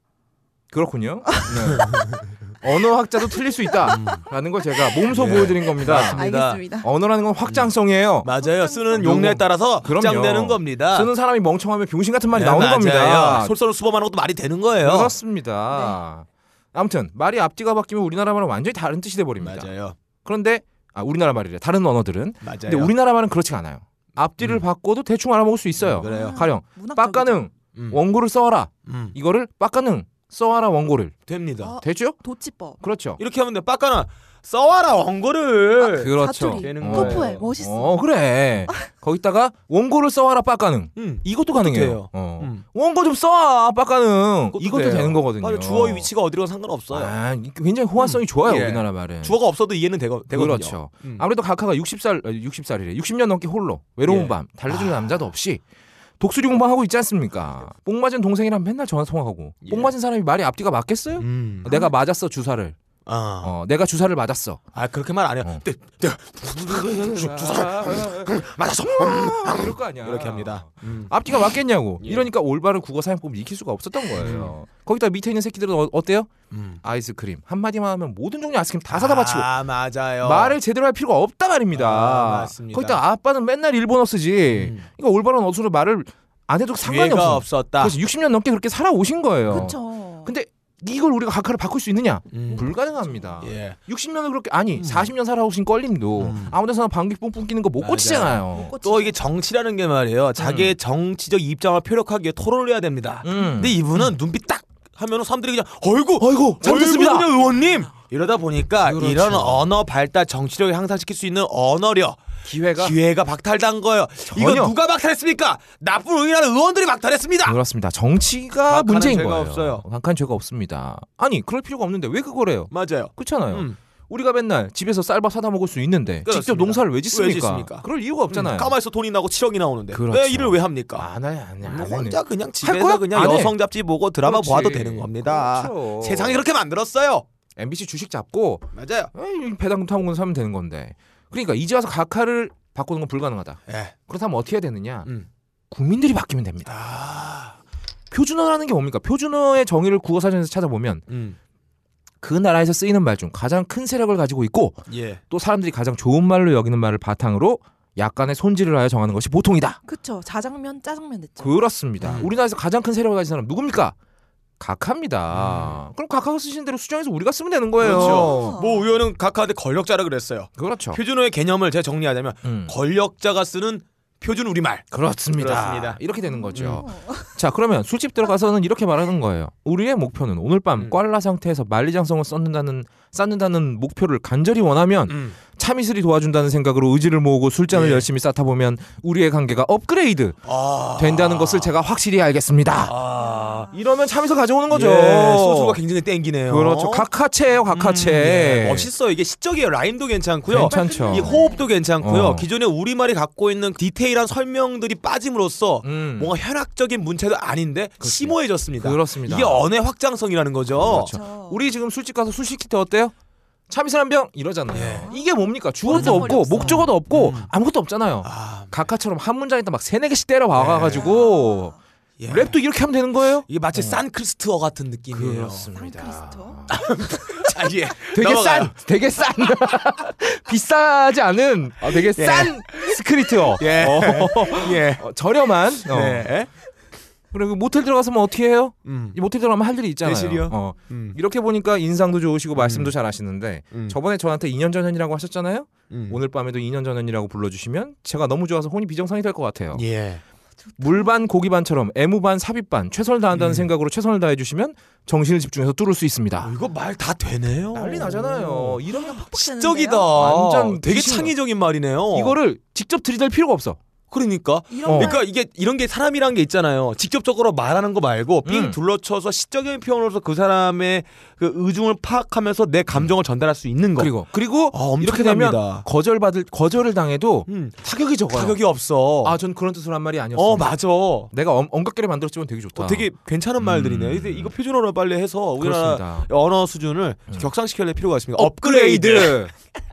그렇군요. 네. 언어학자도 틀릴 수 있다라는 걸 제가 몸소 예. 보여드린 겁니다. 맞습니다. 음. 알겠습니다. 언어라는 건 확장성이에요. 맞아요. 쓰는 그럼요. 용례에 따라서 그럼요. 확장되는 겁니다. 쓰는 사람이 멍청하면 병신 같은 말이 네, 나오는 맞아요. 겁니다. 솔선수범하는 것도 말이 되는 거예요. 네. 그렇습니다. 아무튼 말이 앞뒤가 바뀌면 우리나라 말은 완전히 다른 뜻이 돼 버립니다. 맞아요. 네, 그런데 아, 우리나라 말이래. 다른 언어들은. 맞아요. 근데 우리나라 말은 그렇지가 않아요. 앞뒤를 바꿔도 대충 알아먹을 수 있어요. 음. 음, 그래요. 가령 문학적이죠. 빡가능 음. 원고를 써와라. 음. 이거를 빡가능 써와라 원고를. 됩니다. 어. 됐죠? 도치법. 그렇죠. 이렇게 하면 돼. 빡가나 써와라 원고를. 그렇죠. 사투리. 예. 되는 거예요. 토프에 멋있어. 어 그래. 거기다가 원고를 써와라 빡가능. 음. 이것도 가능해요. 돼요. 어. 음. 원고 좀 써와 빡가능. 그것도 이것도 돼요. 되는 거거든요. 맞아요. 주어의 위치가 어디로 상관없어요. 아, 굉장히 호환성이 좋아요 예. 우리나라 말은. 주어가 없어도 이해는 되거, 되거든요. 그렇죠. 음. 아무래도 각하가 60살, 60살이래. 60년 넘게 홀로 외로운 예. 밤 달래주는 남자도 없이 독수리 공방하고 있지 않습니까? 뽕 맞은 동생이랑 맨날 전화 통화하고 음. 예. 뽕 맞은 사람이 말이 앞뒤가 맞겠어요? 음. 내가 맞았어 주사를. 아. 어, 내가 주사를 맞았어. 아 그렇게 말 안 해요. 어. 네, 네. 주사 맞았어. 이럴 거 아, 아니야. 이렇게 합니다. 음. 앞뒤가 맞겠냐고. 예. 이러니까 올바른 국어 사용법을 익힐 수가 없었던 거예요. 거기다 밑에 있는 새끼들은 어, 어때요? 음. 아이스크림 한 마디만 하면 모든 종류 아이스크림 다 사다 바치고 아 맞아요. 말을 제대로 할 필요가 없다 말입니다. 아, 맞습니다. 거기다 아빠는 맨날 일본어 쓰지. 음. 이거 올바른 어순으로 말을 안 해도 상관이 기회가 없어. 없었다. 그래서 60년 넘게 그렇게 살아오신 거예요. 그렇죠. 근데 이걸 우리가 각하를 바꿀 수 있느냐? 음. 불가능합니다. 예. 60년을 그렇게 아니 40년 살아오신 껄림도 음. 아무데서나 방귀 뿡뿡 끼는 거 못 맞아요. 어. 고치잖아요. 또 이게 정치라는 게 말이에요. 자기의 정치적 입장을 표력하기 위해 토론을 해야 됩니다. 음. 근데 이분은 눈빛 딱 하면은 사람들이 그냥 어이구 어이구 그렇죠. 잘못했습니다. 그냥 의원님 이러다 보니까 이런 언어 발달 정치력을 향상시킬 수 있는 언어력 기회가 기회가 박탈된 거예요. 이거 전혀. 누가 박탈했습니까? 나쁜 우리나라 의원들이 박탈했습니다. 그렇습니다. 정치가 각하는 문제인 아. 죄가 거예요. 없어요. 각한 죄가 없습니다. 아니 그럴 필요가 없는데 왜 그거래요? 맞아요. 그렇잖아요. 음. 우리가 맨날 집에서 쌀밥 사다 먹을 수 있는데 직접 그렇습니다. 농사를 왜 짓습니까? 왜 짓습니까? 그럴 이유가 없잖아요. 가만 있어 돈이 나고 7억이 나오는데 그렇죠. 왜 일을 왜 합니까? 뭐 안 해, 안 해, 안 해. 혼자 그냥 거야? 집에서 그냥 안 해. 여성 잡지 보고 드라마 그렇지. 보아도 되는 겁니다. 그렇죠. 세상이 그렇게 만들었어요. MBC 주식 잡고 어, 맞아요. 에이, 배당 타고 사면 되는 건데. 그러니까 이제 와서 각하를 바꾸는 건 불가능하다. 예. 그렇다면 어떻게 해야 되느냐? 음. 국민들이 바뀌면 됩니다. 아. 표준어라는 게 뭡니까? 표준어의 정의를 국어사전에서 찾아보면 음. 그 나라에서 쓰이는 말 중 가장 큰 세력을 가지고 있고 예. 또 사람들이 가장 좋은 말로 여기는 말을 바탕으로 약간의 손질을 하여 정하는 것이 보통이다. 그쵸 자장면 짜장면 됐죠. 그렇습니다. 음. 우리나라에서 가장 큰 세력을 가진 사람 누굽니까? 각하입니다. 그럼 각하가 쓰신 대로 수정해서 우리가 쓰면 되는 거예요. 음. 그렇죠. 모 의원은 각하한테 권력자라 그랬어요. 그렇죠. 표준어의 개념을 제가 정리하자면 음. 권력자가 쓰는 표준 우리말. 그렇습니다. 그렇습니다. 음. 이렇게 되는 거죠. 음. 어, 자, 그러면 술집 들어가서는 이렇게 말하는 거예요. 우리의 목표는 오늘 밤 음. 꽐라 상태에서 만리장성을 쌓는다는 쌓는다는 목표를 간절히 원하면 음. 참이슬이 도와준다는 생각으로 의지를 모으고 술잔을 예. 열심히 쌓다 보면 우리의 관계가 업그레이드 아. 된다는 것을 제가 확실히 알겠습니다. 아. 이러면 참이슬 가져오는 거죠. 예, 소주가 굉장히 땡기네요. 음, 그렇죠. 각하체예요, 각하체. 예, 멋있어요. 이게 시적이에요. 라임도 괜찮고요. 괜찮죠. 이 호흡도 괜찮고요. 어. 기존의 우리말이 갖고 있는 디테일한 설명들이 빠짐으로써 음. 뭔가 현학적인 문체도 아닌데 심오해졌습니다. 그렇습니다. 이게 언어의 확장성이라는 거죠. 그렇죠. 우리 지금 술집 가서 술 시킬 때 어때요? 참이슬 한병 이러잖아요. 이게 뭡니까? 주어도 없고 어리버리없어. 목적어도 없고 아무것도 음. 없잖아요. 음. 아, 각하처럼 한 문장에다 막 세네 개씩 때려 박아가지고 예. 랩도 이렇게 하면 되는 거예요? 이게 마치 산크리스트어 같은 느낌이에요. 그렇죠. 크리스토? 어. 자, 예. 되게 넘어가요. 싼, 되게 싼, 비싸지 않은 어, 되게 싼 스크리트어, 아, 예. 예. 어, 저렴한. 어. 네. 그리고 모텔 들어가서 뭐 어떻게 해요? 음. 이 모텔 들어가면 할 일이 있잖아요. 매실이요? 어. 음. 이렇게 보니까 인상도 좋으시고 말씀도 잘 하시는데 음. 저번에 저한테 2년 전이라고 하셨잖아요. 음. 오늘 밤에도 2년 전이라고 불러주시면 제가 너무 좋아서 혼이 비정상이 될 것 같아요. 예. 물반 고기반처럼 애무반 삽입반 최선을 다한다는 음. 생각으로 최선을 다해주시면 정신을 집중해서 뚫을 수 어, 있습니다. 이거 말 다 되네요. 난리 음. 나잖아요. 이런 시적이다. 완전 되게 귀신이다. 창의적인 말이네요. 이거를 직접 들이댈 필요가 없어. 그러니까 이런 어. 말 그러니까 이게 이런 게 사람이란 게 있잖아요. 직접적으로 말하는 거 말고 삥 음. 둘러쳐서 시적인 표현으로서 그 사람의 그 의중을 파악하면서 내 감정을 전달할 수 있는 거. 그리고 그리고 아, 엄청납니다. 이렇게 되면 거절 받을 거절을 당해도 음. 타격이 적어요. 타격이 없어. 아, 전 그런 뜻으로 한 말이 아니었어. 어 맞아. 어, 내가 엄, 엄격하게 만들었지만 되게 좋다. 되게 괜찮은 말들이네요. 음. 이제 이거 표준어로 빨리 해서 우리나라 그렇습니다. 언어 수준을 음. 격상시킬 필요가 있습니다. 업그레이드. 업그레이드.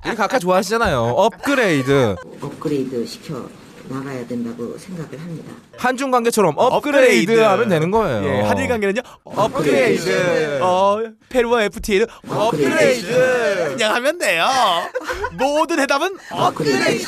우리 각하 좋아하시잖아요. 업그레이드. 업그레이드 시켜 나가야 된다고 생각을 합니다. 한중 관계처럼 업그레이드, 업그레이드. 하면 되는 거예요. 예, 한일 관계는요. 업그레이드. 어, 페루와 FTA는 업그레이드. 그냥 하면 돼요. 모든 해답은 업그레이드.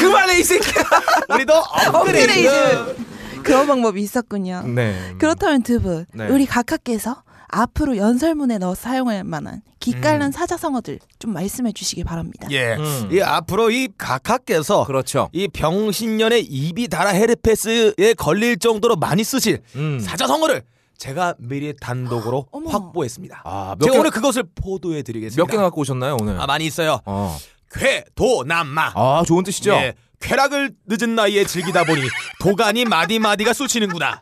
그만해 이 새끼야. 우리도 업그레이드. 그런 방법이 있었군요. 네. 그렇다면 두 분, 네. 우리 각하께서 앞으로 연설문에 넣어 사용할 만한 기깔난 사자성어들 좀 말씀해 주시기 바랍니다. 예. 음. 이 앞으로 이 각하께서 그렇죠. 이 병신년의 입이 달아 헤르페스에 걸릴 정도로 많이 쓰실 음. 사자성어를 제가 미리 단독으로 어머. 확보했습니다. 아, 몇 제가 개- 오늘 그것을 보도해 드리겠습니다. 몇 개 갖고 오셨나요 오늘? 아, 많이 있어요. 어. 괴도남마. 아 좋은 뜻이죠. 예, 쾌락을 늦은 나이에 즐기다 보니 도가니 마디마디가 쑤시는구나.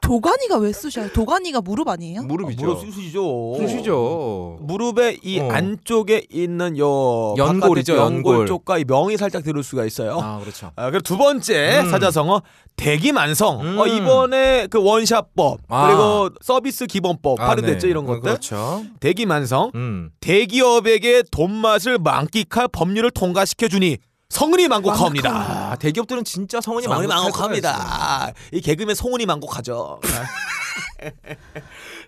도가니가 왜 쑤셔요? 도가니가 무릎 아니에요? 무릎이죠. 무릎 쑤시죠. 쑤시죠. 무릎에 이 어. 안쪽에 있는 요 연골이죠, 바깥에 연골, 연골. 쪽과 이 명이 살짝 들을 수가 있어요. 아 그렇죠. 아, 그리고 두 번째 음. 사자성어 대기만성. 음. 어, 이번에 그 원샷법 아. 그리고 서비스 기본법 아, 발효됐죠 네. 이런 것들. 그렇죠. 대기만성. 음. 대기업에게 돈맛을 만끽할 법률을 통과시켜 주니 성은이 만곡합니다. 아 대기업들은 진짜 성원이 성훈이 망곡할 거예요, 망곡합니다. 이 개그맨 성훈이 망곡하죠.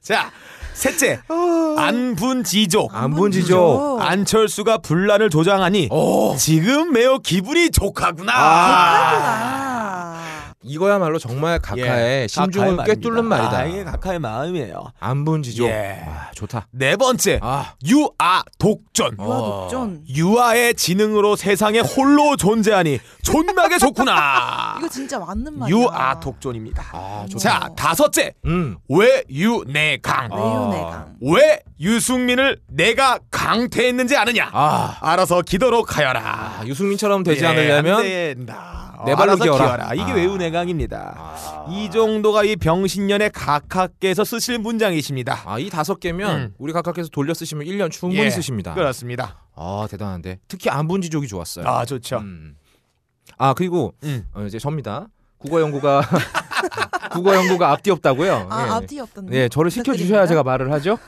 자, 셋째 아. 안분지조. 지금. 음, 안분지죠. 아, 안철수가 분란을 조장하니 오 지금 매우 기분이 좋하구나. 아. 이거야말로 정말 각하의 심중을 꿰뚫는 말이다. 예. 아, 이게 각하의 마음이에요. 안분지죠. 예. 아 좋다. 네 번째 아 어. 유아 독존. 유아 독존. 유아의 지능으로 세상에 홀로 존재하니 존나게 좋구나. 이거 진짜 맞는 말이야. 유아 독존입니다. 아 좋다. 자 다섯째 음. 아. 외유내강. 외유내강. 왜 유승민을 내가 강퇴했는지 아느냐? 아, 알아서 기도록 하여라. 아, 유승민처럼 되지 예, 않으려면 안 된다. 어, 내 발로 알아서 아. 기어라. 이게 아. 외유내강입니다. 이 정도가 이 병신년의 각하께서 쓰실 문장이십니다. 아, 이 다섯 개면 음. 우리 각각께서 돌려 쓰시면 1년 충분히 예, 쓰십니다. 그렇습니다. 아, 대단한데. 특히 안분지족이 좋았어요. 아 좋죠. 음. 아, 그리고 음. 어, 이제 접니다. 국어 연구가 국어 연구가 앞뒤 없다고요? 아 예. 앞뒤 없다는. 네, 저를 시켜 주셔야 제가 말을 하죠.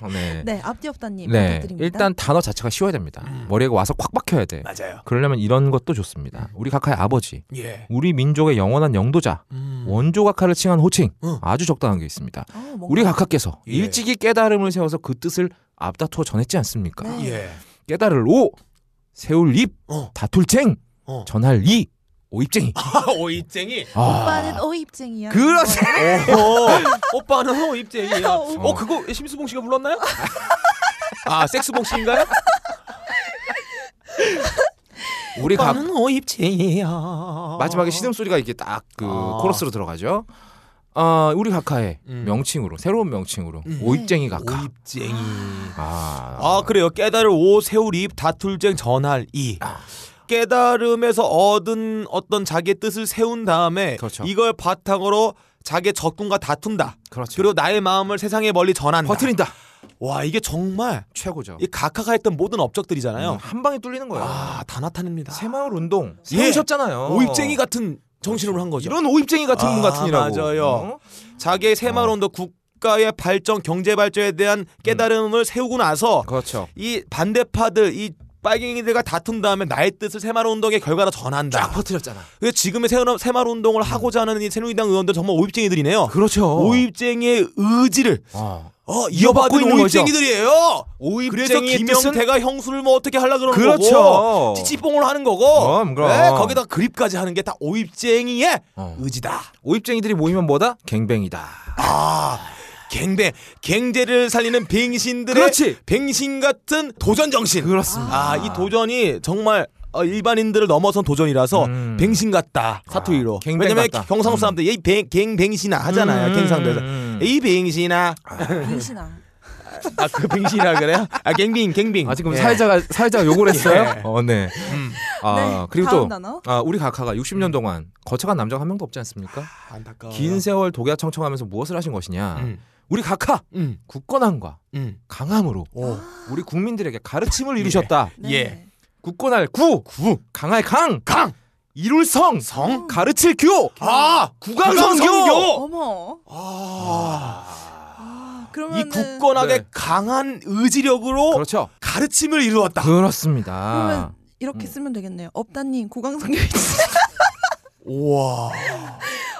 어, 네. 네 앞뒤 없다님 네. 부탁드립니다. 일단 단어 자체가 쉬워야 됩니다. 머리에 와서 콱 박혀야 돼. 음. 맞아요. 음. 그러려면 이런 것도 좋습니다. 우리 각하의 아버지, 예. 우리 민족의 영원한 영도자, 음. 원조 각하를 칭한 호칭, 응. 아주 적당한 게 있습니다. 어, 뭔가- 우리 각하께서 예. 일찍이 깨달음을 세워서 그 뜻을 앞다투어 전했지 않습니까? 네. 예. 깨달을 오, 세울 입, 어. 다툴 쟁, 어. 아, 전할 이, 오입쟁이. 오입쟁이. 오빠는 오입쟁이야. 그렇지. 오빠는 입쟁이야. 어 그거 심수봉 씨가 불렀나요? 아 섹스봉 씨인가요? 어, 우리 가 오입쟁이야. 마지막에 시름 소리가 이렇게 딱 그 아. 코러스로 들어가죠. 아 우리 각하의 음. 명칭으로 새로운 명칭으로 음. 오입쟁이 각하. 오입쟁이. 아, 아 그래요. 깨달을 오 세울입 다툴쟁 전할 이. 아. 깨달음에서 얻은 어떤 자기의 뜻을 세운 다음에 그렇죠. 이걸 바탕으로 자기의 적군과 다툰다. 그렇죠. 그리고 나의 마음을 세상에 멀리 전한다. 버트린다. 와 이게 정말 최고죠. 이 가카가 했던 모든 업적들이잖아요. 음, 한 방에 뚫리는 거예요. 아다 나타냅니다. 새마을 운동 예. 세우셨잖아요. 그렇죠. 오입쟁이 같은 정신으로 한 거죠. 이런 오입쟁이 같은 아, 분 같으니라고. 맞아요. 어? 자기의 새마을 운동 국가의 발전, 경제 발전에 대한 깨달음을 세우고 나서 그렇죠. 이 반대파들 이 빨갱이들과 다툰 다음에 나의 뜻을 새마을 운동의 결과로 전한다. 퍼뜨렸잖아. 그래서 지금의 새, 새마을 운동을 하고자 하는 이 새누리당 의원들 정말 오입쟁이들이네요. 그렇죠. 오입쟁이의 의지를 어. 어, 이어받고 이어받고 있는 있는 오입쟁이들이에요. 그래서 오입쟁이의 뜻은? 김명태가 형수를 뭐 어떻게 하려고 그러는 그렇죠. 거고 찌찌뽕을 하는 거고 그럼, 그럼. 네, 거기다 그립까지 하는 게 다 오입쟁이의 어. 의지다. 오입쟁이들이 모이면 뭐다? 갱뱅이다. 아 갱대 갱제를 살리는 뱅신들의 그렇지. 뱅신 같은 도전 정신. 그렇습니다. 아 이 도전이 정말 어, 일반인들을 넘어선 도전이라서 음. 뱅신 같다 사투리로. 아, 갱뱅 왜냐면 같다. 경상도 사람들 얘갱 뱅신아 하잖아요. 음, 경상도에서 음. 이 뱅신아 어, 당신아. 아그 뱅신이라 그래요? 아 갱빙 갱빙. 아 지금 예. 사회자가 사회자가 욕을 했어요? 어, 네. 아 네, 그리고 다음 또 단어. 아, 우리 각하가 60년 동안 거쳐간 남자가 한 명도 없지 않습니까? 안타까워. 긴 세월 독야청청하면서 무엇을 하신 것이냐? 음. 우리 각하 음. 굳건함과 음. 아. 강함으로 오. 우리 국민들에게 가르침을 이루셨다. 네. 예. 굳건할 구, 구, 강할 강, 강. 이룰 성, 성, 가르칠 교, 아 구강성교. 어머. 아. 아, 그러면 이 굳건하게 네. 강한 의지력으로 그렇죠. 가르침을 이루었다. 그렇습니다. 그러면 이렇게 쓰면 되겠네요. 업다님 고강성교 있지. 우와.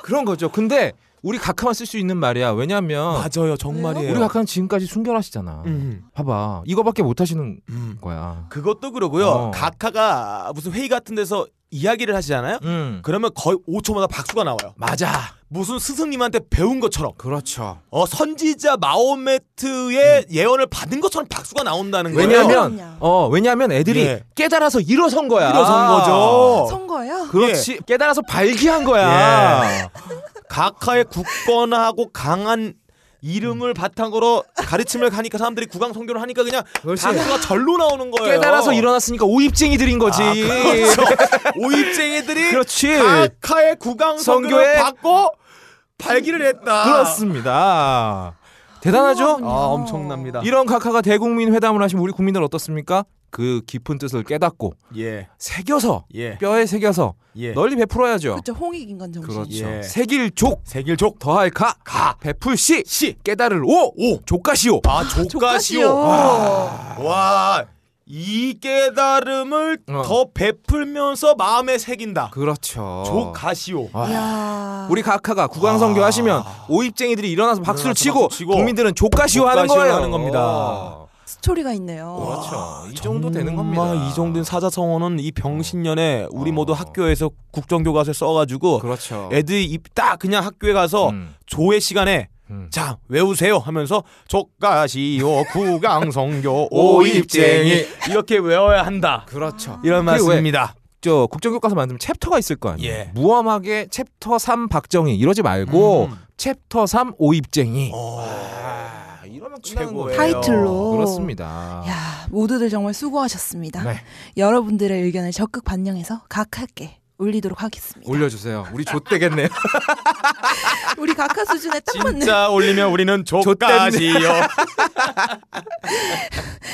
그런 거죠. 근데 우리 각하만 쓸 수 있는 말이야. 왜냐하면 어. 맞아요, 정말이에요. 우리 각하는 지금까지 순결하시잖아. 음, 봐봐, 이거밖에 못 하시는 음. 거야. 그것도 그러고요. 어. 각하가 무슨 회의 같은 데서 이야기를 하시잖아요. 음, 그러면 거의 5초마다 박수가 나와요. 맞아. 무슨 스승님한테 배운 것처럼, 그렇죠. 어, 선지자 마호메트의 예언을 받은 것처럼 박수가 나온다는 거예요. 음. 왜냐면 그럼요. 어 왜냐면 애들이 예. 깨달아서 일어선 거야. 일어선 거죠. 선거예요? 그렇지. 깨달아서 발기한 예. 거야. 각하의 굳건하고 강한 음. 이름을 바탕으로 가르침을 가니까 사람들이 구강 성교를 하니까 그냥 그렇지. 박수가 절로 나오는 거예요. 깨달아서 일어났으니까 오입쟁이들인 거지. 아, 그렇죠. 오입쟁이들이 그렇지. 각하의 구강 성교를 성교에- 받고 발기를 했다. 그렇습니다. 대단하죠? 어. 아 엄청납니다. 이런 각하가 대국민 회담을 하신 우리 국민들 어떻습니까? 그 깊은 뜻을 깨닫고 예, 새겨서 예, 뼈에 새겨서 예. 널리 베풀어야죠. 그렇죠. 홍익 인간 정신. 그렇죠. 예. 새길족 세길족 더할 가, 가. 베풀 시, 시. 깨달을 오, 오, 조가시오. 아 조가시오. 와. 이 깨달음을 어. 더 베풀면서 마음에 새긴다. 어. 그렇죠. 조가시오. 야. 우리 각하가 구강성교 아. 하시면 오입쟁이들이 일어나서 박수를 일어나서 치고, 박수 치고 국민들은 조가시오 하는 조가시오 거예요. 하는 겁니다. 스토리가 있네요. 그렇죠. 이 정도 되는 겁니다. 이 정도인 사자성어는 이 병신년에 우리 모두 어. 학교에서 국정교과서에 써가지고 그렇죠. 애들이 입 딱 그냥 학교에 가서 음. 조회 시간에 음. 자 외우세요 하면서 조가시오 구강성교 오입쟁이. 오입쟁이 이렇게 외워야 한다 그렇죠. 이런 그게 왜 말씀입니다. 저 국정교과서 만들면 챕터가 있을 거 아니에요. 예. 무엄하게 챕터 3 박정희 이러지 말고 음. 챕터 3 오입쟁이. 어. 아, 이러면 끝나는 거예요. 타이틀로. 그렇습니다. 야, 모두들 정말 수고하셨습니다. 네. 여러분들의 의견을 적극 반영해서 각하께 올리도록 하겠습니다. 올려주세요. 우리 좆되겠네요. 우리 각하 수준에 딱 맞는 진짜 올리면 우리는 조가시오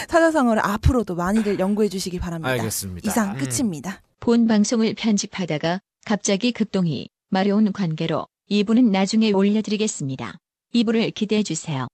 사자성어를 앞으로도 많이들 연구해 주시기 바랍니다. 알겠습니다. 음. 이상 끝입니다. 본 방송을 편집하다가 갑자기 급동이 마려운 관계로 이부는 나중에 올려드리겠습니다. 이부를 기대해 주세요.